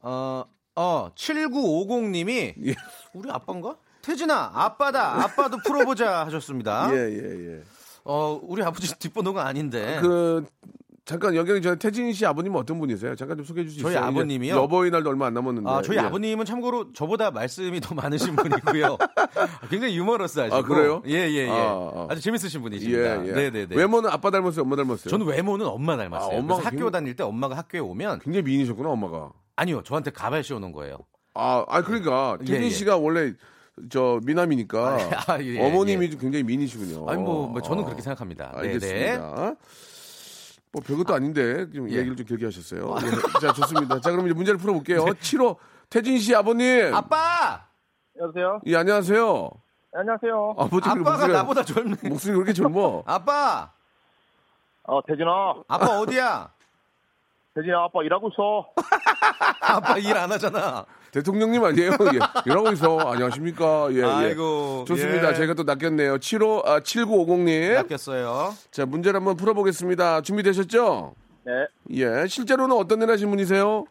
[SPEAKER 6] 어, 어, 7950님이
[SPEAKER 3] 예,
[SPEAKER 6] 우리 아빠인가? 태진아, 아빠다. 아빠도 풀어보자 하셨습니다.
[SPEAKER 3] 예, 예. 예.
[SPEAKER 6] 어, 우리 아버지 뒷번호가 아닌데.
[SPEAKER 3] 그 잠깐 연결이 전에 태진 씨 아버님은 어떤 분이세요? 잠깐 좀 소개해 주실 수
[SPEAKER 6] 저희
[SPEAKER 3] 있어요? 이제
[SPEAKER 6] 아버님이요?
[SPEAKER 3] 여보이날도 얼마 안 남았는데.
[SPEAKER 6] 아, 저희
[SPEAKER 3] 예.
[SPEAKER 6] 아버님은 참고로 저보다 말씀이 더 많으신 분이고요. 아, 굉장히 유머러스하시고.
[SPEAKER 3] 아, 그래요?
[SPEAKER 6] 예, 예, 예.
[SPEAKER 3] 아, 아.
[SPEAKER 6] 주 재밌으신
[SPEAKER 3] 예,
[SPEAKER 6] 분이십니다.
[SPEAKER 3] 예.
[SPEAKER 6] 네, 네, 네.
[SPEAKER 3] 외모는 아빠 닮았어요, 엄마 닮았어요?
[SPEAKER 6] 저는 외모는 엄마 닮았어요.
[SPEAKER 3] 아, 엄마가
[SPEAKER 6] 그래서 학교
[SPEAKER 3] 굉장히-
[SPEAKER 6] 다닐 때 엄마가 학교에 오면
[SPEAKER 3] 굉장히 미인이셨구나, 엄마가.
[SPEAKER 6] 아니요, 저한테 가발 씌워놓은 거예요.
[SPEAKER 3] 아, 아 그러니까
[SPEAKER 6] 예,
[SPEAKER 3] 태진
[SPEAKER 6] 예.
[SPEAKER 3] 씨가 원래 저 미남이니까
[SPEAKER 6] 아, 아, 예,
[SPEAKER 3] 어머님이 굉장히 미인이시군요.
[SPEAKER 6] 아니 뭐, 뭐 저는 그렇게
[SPEAKER 3] 아,
[SPEAKER 6] 생각합니다. 네, 네.
[SPEAKER 3] 알겠습니다. 뭐 별것도 아닌데 좀
[SPEAKER 6] 예.
[SPEAKER 3] 얘기를 좀 길게 하셨어요. 예. 자, 좋습니다. 자, 그럼 이제 문제를 풀어볼게요. 7호 태진 씨
[SPEAKER 6] 그러니까.
[SPEAKER 3] 아버님.
[SPEAKER 6] 네. 아빠,
[SPEAKER 8] 여보세요? 네,
[SPEAKER 3] 예, 안녕하세요.
[SPEAKER 8] 안녕하세요.
[SPEAKER 3] 아버지 그렇게
[SPEAKER 6] 아빠가
[SPEAKER 3] 목소리가-
[SPEAKER 6] 나보다 젊네.
[SPEAKER 3] 목소리 그렇게 젊어.
[SPEAKER 6] 아빠,
[SPEAKER 8] 어, 대진아.
[SPEAKER 6] 아빠 어디야?
[SPEAKER 8] 대진아, 아빠 일하고 있어.
[SPEAKER 6] 아빠 일 안 하잖아.
[SPEAKER 3] 대통령님 아니에요? 예. 이러고 있어. 안녕하십니까? 예, 예.
[SPEAKER 6] 아이고,
[SPEAKER 3] 좋습니다.
[SPEAKER 6] 예.
[SPEAKER 3] 제가 또 낚였네요. 75, 아, 7950님.
[SPEAKER 6] 낚였어요.
[SPEAKER 3] 자, 문제를 한번 풀어보겠습니다. 준비되셨죠?
[SPEAKER 8] 네.
[SPEAKER 3] 예. 실제로는 어떤 일 하신 분이세요?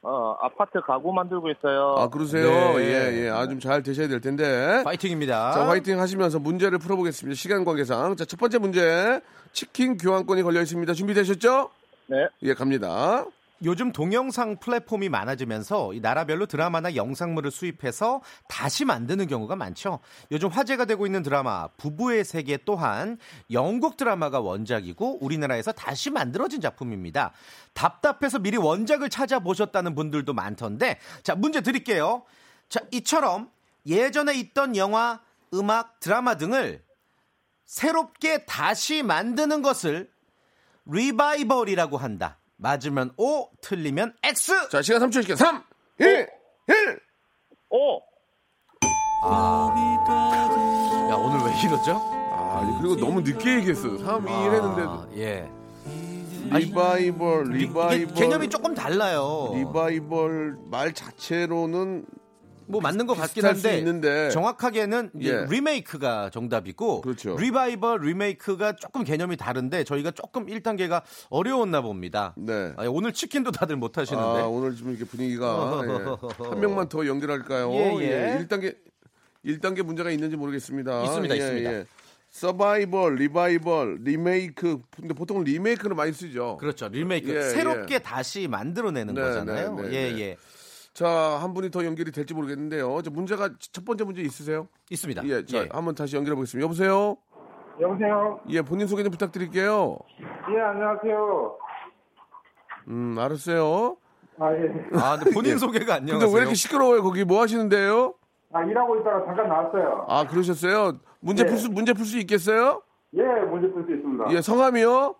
[SPEAKER 8] 어, 아파트 가구 만들고 있어요.
[SPEAKER 3] 아, 그러세요?
[SPEAKER 6] 네.
[SPEAKER 3] 예, 예. 아, 좀 잘 되셔야 될 텐데.
[SPEAKER 6] 파이팅입니다.
[SPEAKER 3] 자, 화이팅 하시면서 문제를 풀어보겠습니다. 시간 관계상. 자, 첫 번째 문제. 치킨 교환권이 걸려 있습니다. 준비되셨죠?
[SPEAKER 8] 네.
[SPEAKER 3] 예, 갑니다.
[SPEAKER 6] 요즘 동영상 플랫폼이 많아지면서 이 나라별로 드라마나 영상물을 수입해서 다시 만드는 경우가 많죠. 요즘 화제가 되고 있는 드라마 부부의 세계 또한 영국 드라마가 원작이고 우리나라에서 다시 만들어진 작품입니다. 답답해서 미리 원작을 찾아보셨다는 분들도 많던데 자 문제 드릴게요. 자 이처럼 예전에 있던 영화, 음악, 드라마 등을 새롭게 다시 만드는 것을 리바이벌이라고 한다. 맞으면 O, 틀리면 X.
[SPEAKER 3] 자, 시간 3초 줄게요. 3, 1, 1.
[SPEAKER 8] 오!
[SPEAKER 6] 야 오늘 왜 이러죠?
[SPEAKER 3] 아, 그리고 너무 늦게 얘기했어요. 3, 2, 1 했는데.
[SPEAKER 6] 아, 예.
[SPEAKER 3] 리바이벌,
[SPEAKER 6] 이게
[SPEAKER 3] 아, 리바이벌.
[SPEAKER 6] 개념이 조금 달라요.
[SPEAKER 3] 리바이벌 말 자체로는
[SPEAKER 6] 뭐 맞는 것 같긴
[SPEAKER 3] 비슷할 수
[SPEAKER 6] 한데
[SPEAKER 3] 있는데.
[SPEAKER 6] 정확하게는 이제
[SPEAKER 3] 예.
[SPEAKER 6] 리메이크가 정답이고
[SPEAKER 3] 그렇죠.
[SPEAKER 6] 리바이벌 리메이크가 조금 개념이 다른데 저희가 조금 1단계가 어려웠나 봅니다.
[SPEAKER 3] 네.
[SPEAKER 6] 아, 오늘 치킨도 다들 못
[SPEAKER 3] 아,
[SPEAKER 6] 하시는데.
[SPEAKER 3] 오늘 지금 이렇게 분위기가 예. 한 명만 더 연결할까요?
[SPEAKER 6] 예, 예.
[SPEAKER 3] 1단계 1단계 문제가 있는지 모르겠습니다.
[SPEAKER 6] 있습니다,
[SPEAKER 3] 예,
[SPEAKER 6] 있습니다.
[SPEAKER 3] 예. 서바이벌, 리바이벌, 리메이크. 근데 보통 리메이크를 많이 쓰죠.
[SPEAKER 6] 그렇죠. 리메이크
[SPEAKER 3] 예,
[SPEAKER 6] 새롭게
[SPEAKER 3] 예.
[SPEAKER 6] 다시 만들어내는
[SPEAKER 3] 네,
[SPEAKER 6] 거잖아요.
[SPEAKER 3] 네,
[SPEAKER 6] 예예
[SPEAKER 3] 네, 네. 자, 한 분이 더 연결이 될지 모르겠는데요. 저 문제가 첫 번째 문제 있으세요?
[SPEAKER 6] 있습니다.
[SPEAKER 3] 예, 자,
[SPEAKER 6] 예.
[SPEAKER 3] 한번 다시 연결해 보겠습니다. 여보세요?
[SPEAKER 8] 여보세요?
[SPEAKER 3] 예, 본인 소개 좀 부탁드릴게요.
[SPEAKER 8] 예, 안녕하세요.
[SPEAKER 3] 음, 알았어요.
[SPEAKER 8] 아, 예.
[SPEAKER 6] 아 근데 본인
[SPEAKER 3] 예.
[SPEAKER 6] 소개가 안녕하세요.
[SPEAKER 3] 근데 왜 이렇게 시끄러워요? 거기 뭐 하시는데요?
[SPEAKER 8] 아, 일하고 있다가 잠깐 나왔어요.
[SPEAKER 3] 아 그러셨어요? 문제
[SPEAKER 6] 네.
[SPEAKER 3] 풀 수 문제 풀 수 있겠어요?
[SPEAKER 8] 예, 문제 풀 수 있습니다.
[SPEAKER 3] 예 성함이요?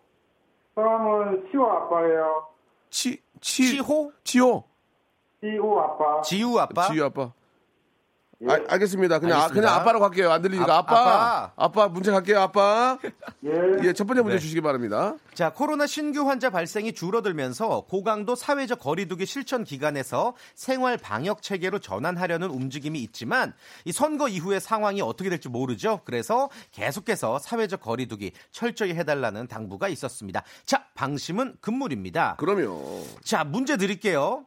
[SPEAKER 8] 성함은 시호 아빠예요.
[SPEAKER 3] 치, 치
[SPEAKER 6] 치호
[SPEAKER 3] 치호
[SPEAKER 8] 시호 아빠.
[SPEAKER 6] 지우 아빠 예.
[SPEAKER 3] 지유 아빠. 아, 알겠습니다. 그냥 아,
[SPEAKER 6] 알겠습니다.
[SPEAKER 3] 그냥 아빠라고 할게요. 안 들리니까
[SPEAKER 6] 아,
[SPEAKER 3] 아, 빠
[SPEAKER 6] 아빠.
[SPEAKER 3] 아빠 문제 갈게요 아빠.
[SPEAKER 8] 예.
[SPEAKER 3] 예 첫 번째 문제
[SPEAKER 6] 네.
[SPEAKER 3] 주시기 바랍니다.
[SPEAKER 6] 자, 코로나 신규 환자 발생이 줄어들면서 고강도 사회적 거리두기 실천 기간에서 생활 방역 체계로 전환하려는 움직임이 있지만 이 선거 이후의 상황이 어떻게 될지 모르죠. 그래서 계속해서 사회적 거리두기 철저히 해달라는 당부가 있었습니다. 자, 방심은 금물입니다.
[SPEAKER 3] 그럼요.
[SPEAKER 6] 자, 문제 드릴게요.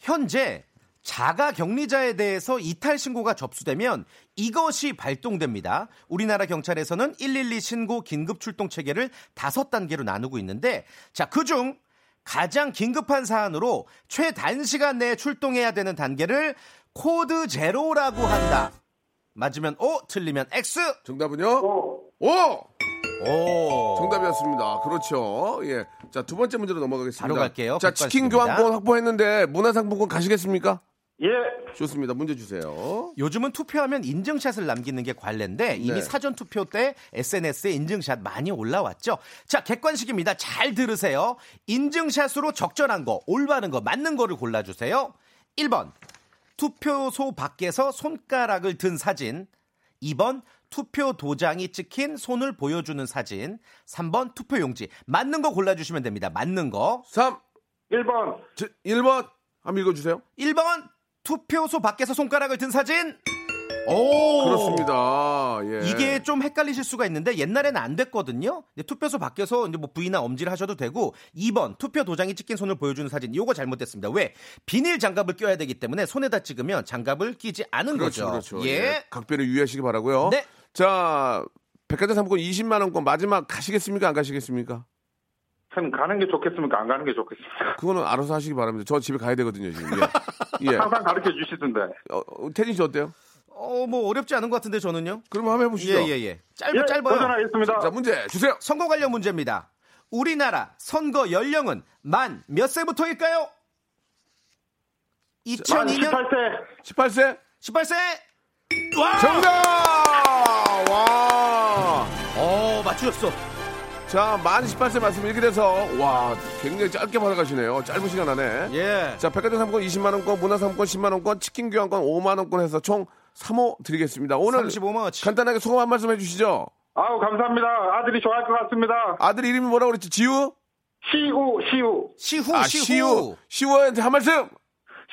[SPEAKER 6] 현재 자가 격리자에 대해서 이탈 신고가 접수되면 이것이 발동됩니다. 우리나라 경찰에서는 112 신고 긴급 출동 체계를 다섯 단계로 나누고 있는데 자, 그중 가장 긴급한 사안으로 최단시간 내에 출동해야 되는 단계를 코드 제로라고 한다. 맞으면 O, 틀리면 X.
[SPEAKER 3] 정답은요?
[SPEAKER 8] 오.
[SPEAKER 3] 오
[SPEAKER 6] 오.
[SPEAKER 3] 정답이었습니다. 그렇죠. 예. 자 두 번째 문제로 넘어가겠습니다.
[SPEAKER 6] 바로 갈게요.
[SPEAKER 3] 자
[SPEAKER 6] 바로
[SPEAKER 3] 치킨
[SPEAKER 6] 가겠습니다.
[SPEAKER 3] 교환권 확보했는데 문화상품권 가시겠습니까?
[SPEAKER 8] 예, 예.
[SPEAKER 3] 좋습니다. 문제 주세요.
[SPEAKER 6] 요즘은 투표하면 인증샷을 남기는 게 관례인데 이미
[SPEAKER 3] 네.
[SPEAKER 6] 사전 투표 때 SNS에 인증샷 많이 올라왔죠. 자, 객관식입니다. 잘 들으세요. 인증샷으로 적절한 거, 올바른 거, 맞는 거를 골라 주세요. 1번. 투표소 밖에서 손가락을 든 사진. 2번. 투표 도장이 찍힌 손을 보여주는 사진. 3번 투표 용지. 맞는 거 골라 주시면 됩니다. 맞는 거.
[SPEAKER 3] 3,
[SPEAKER 8] 1번.
[SPEAKER 3] 1번. 한번 읽어주세요.
[SPEAKER 6] 1번. 투표소 밖에서 손가락을 든 사진. 오!
[SPEAKER 3] 그렇습니다. 예.
[SPEAKER 6] 이게 좀 헷갈리실 수가 있는데 옛날에는 안 됐거든요. 근데 투표소 밖에서 이제 뭐 부위나 엄지를 하셔도 되고 2번 투표 도장이 찍힌 손을 보여주는 사진 이거 잘못됐습니다. 왜 비닐 장갑을 껴야 되기 때문에 손에다 찍으면 장갑을 끼지 않은
[SPEAKER 3] 그렇죠.
[SPEAKER 6] 거죠.
[SPEAKER 3] 그렇죠.
[SPEAKER 6] 예.
[SPEAKER 3] 예. 어? 각별히 유의하시기 바라고요.
[SPEAKER 6] 네.
[SPEAKER 3] 자, 백화점 상품권 20만 원권 마지막 가시겠습니까? 안 가시겠습니까?
[SPEAKER 8] 참 가는 게 좋겠습니까? 안 가는 게
[SPEAKER 6] 예.
[SPEAKER 8] 좋겠습니까?
[SPEAKER 3] 그거는 알아서 하시기 바랍니다. 저 집에 가야 되거든요, 지금. 예. 예.
[SPEAKER 8] 항상 가르쳐 주시던데.
[SPEAKER 3] 어, 어, 태진 씨 어때요?
[SPEAKER 6] 어 뭐 어렵지 않은 것 같은데 저는요.
[SPEAKER 3] 그럼 한번 해보시죠.
[SPEAKER 6] 예예예. 짧
[SPEAKER 8] 예,
[SPEAKER 6] 짧아요.
[SPEAKER 8] 도전하겠습니다.
[SPEAKER 3] 자, 문제 주세요.
[SPEAKER 6] 선거 관련 문제입니다. 우리나라 선거 연령은 만 몇 세부터일까요? 2002년
[SPEAKER 8] 18세.
[SPEAKER 3] 18세
[SPEAKER 6] 18세.
[SPEAKER 3] 정답! 와!
[SPEAKER 6] 어 맞추셨어.
[SPEAKER 3] 자, 만 18세 말씀 이렇게 돼서 와, 굉장히 짧게 받아가시네요. 짧은 시간 안에.
[SPEAKER 6] 예.
[SPEAKER 3] 자, 백화점 상품권 20만 원권, 문화 상품권 10만 원권, 치킨 교환권 5만 원권 해서 총 3호 드리겠습니다. 오늘
[SPEAKER 6] 35만 원치.
[SPEAKER 3] 간단하게 소감 한 말씀 해주시죠.
[SPEAKER 8] 아우, 감사합니다. 아들이 좋아할 것 같습니다.
[SPEAKER 3] 아들 이름이 뭐라고 그랬지? 지우?
[SPEAKER 8] 시우, 시우.
[SPEAKER 6] 시후
[SPEAKER 3] 아,
[SPEAKER 6] 시후.
[SPEAKER 3] 시우. 시우한테 한 말씀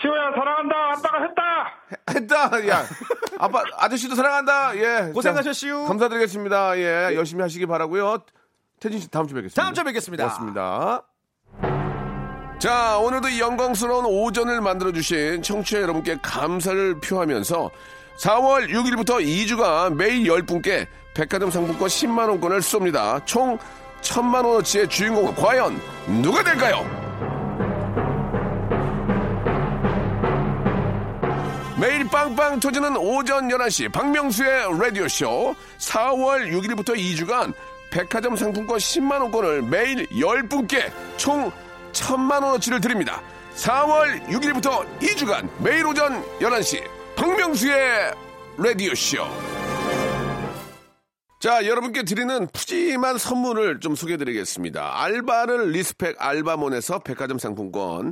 [SPEAKER 8] 시우야, 사랑한다. 아빠가 했다.
[SPEAKER 3] 했다. 야, 아빠 아저씨도 사랑한다. 예, 자,
[SPEAKER 6] 고생하셨시우.
[SPEAKER 3] 감사드리겠습니다. 예, 열심히 하시기 바라고요. 태진 씨 다음 주에 뵙겠습니다.
[SPEAKER 6] 다음 주에 뵙겠습니다.
[SPEAKER 3] 고맙습니다. 자, 오늘도 이 영광스러운 오전을 만들어주신 청취자 여러분께 감사를 표하면서 4월 6일부터 2주간 매일 10분께 백화점 상품권 10만원권을 쏩니다. 총 1000만원어치의 주인공은 과연 누가 될까요? 매일 빵빵 터지는 오전 11시 박명수의 라디오쇼 4월 6일부터 2주간 백화점 상품권 10만원권을 매일 10분께 총 1000만원어치를 드립니다. 4월 6일부터 2주간 매일 오전 11시 박명수의 라디오쇼 자, 여러분께 드리는 푸짐한 선물을 좀 소개해 드리겠습니다. 알바를 리스펙 알바몬에서 백화점 상품권,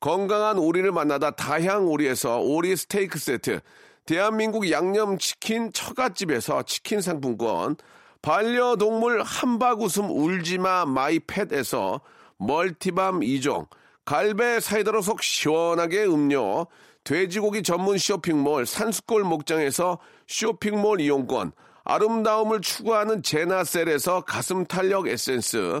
[SPEAKER 3] 건강한 오리를 만나다 다향 오리에서 오리 스테이크 세트, 대한민국 양념치킨 처갓집에서 치킨 상품권, 반려동물 함박웃음 울지마 마이팻에서 멀티밤 2종, 갈배 사이다로 속 시원하게 음료, 돼지고기 전문 쇼핑몰 산수골 목장에서 쇼핑몰 이용권, 아름다움을 추구하는 제나셀에서 가슴 탄력 에센스,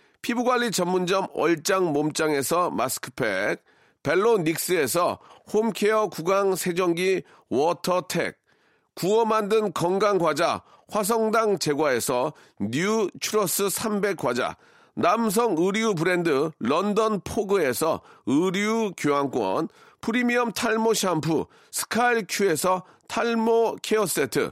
[SPEAKER 3] 피부관리 전문점 얼짱 몸짱에서 마스크팩, 벨로닉스에서 홈케어 구강 세정기 워터텍, 구워 만든 건강 과자 화성당 제과에서 뉴 추러스 300 과자 남성 의류 브랜드 런던 포그에서 의류 교환권 프리미엄 탈모 샴푸 스칼큐에서 탈모 케어 세트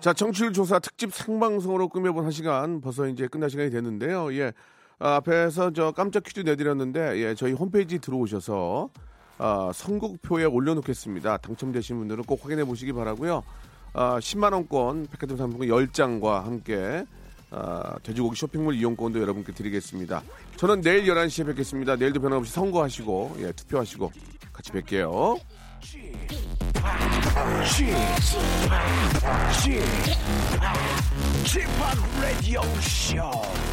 [SPEAKER 3] 자, 청취율 조사 특집 생방송으로 꾸며본 한 시간 벌써 이제 끝날 시간이 됐는데요. 예. 아, 앞에서 저 깜짝 퀴즈 내드렸는데 예, 저희 홈페이지 들어오셔서 아, 선곡표에 올려놓겠습니다. 당첨되신 분들은 꼭 확인해 보시기 바라고요. 아, 10만 원권 백화점 상품권 10장과 함께 아, 돼지고기 쇼핑몰 이용권도 여러분께 드리겠습니다. 저는 내일 11시에 뵙겠습니다. 내일도 변함없이 선거하시고 예, 투표하시고 같이 뵐게요.
[SPEAKER 1] 지팍 라디오 쇼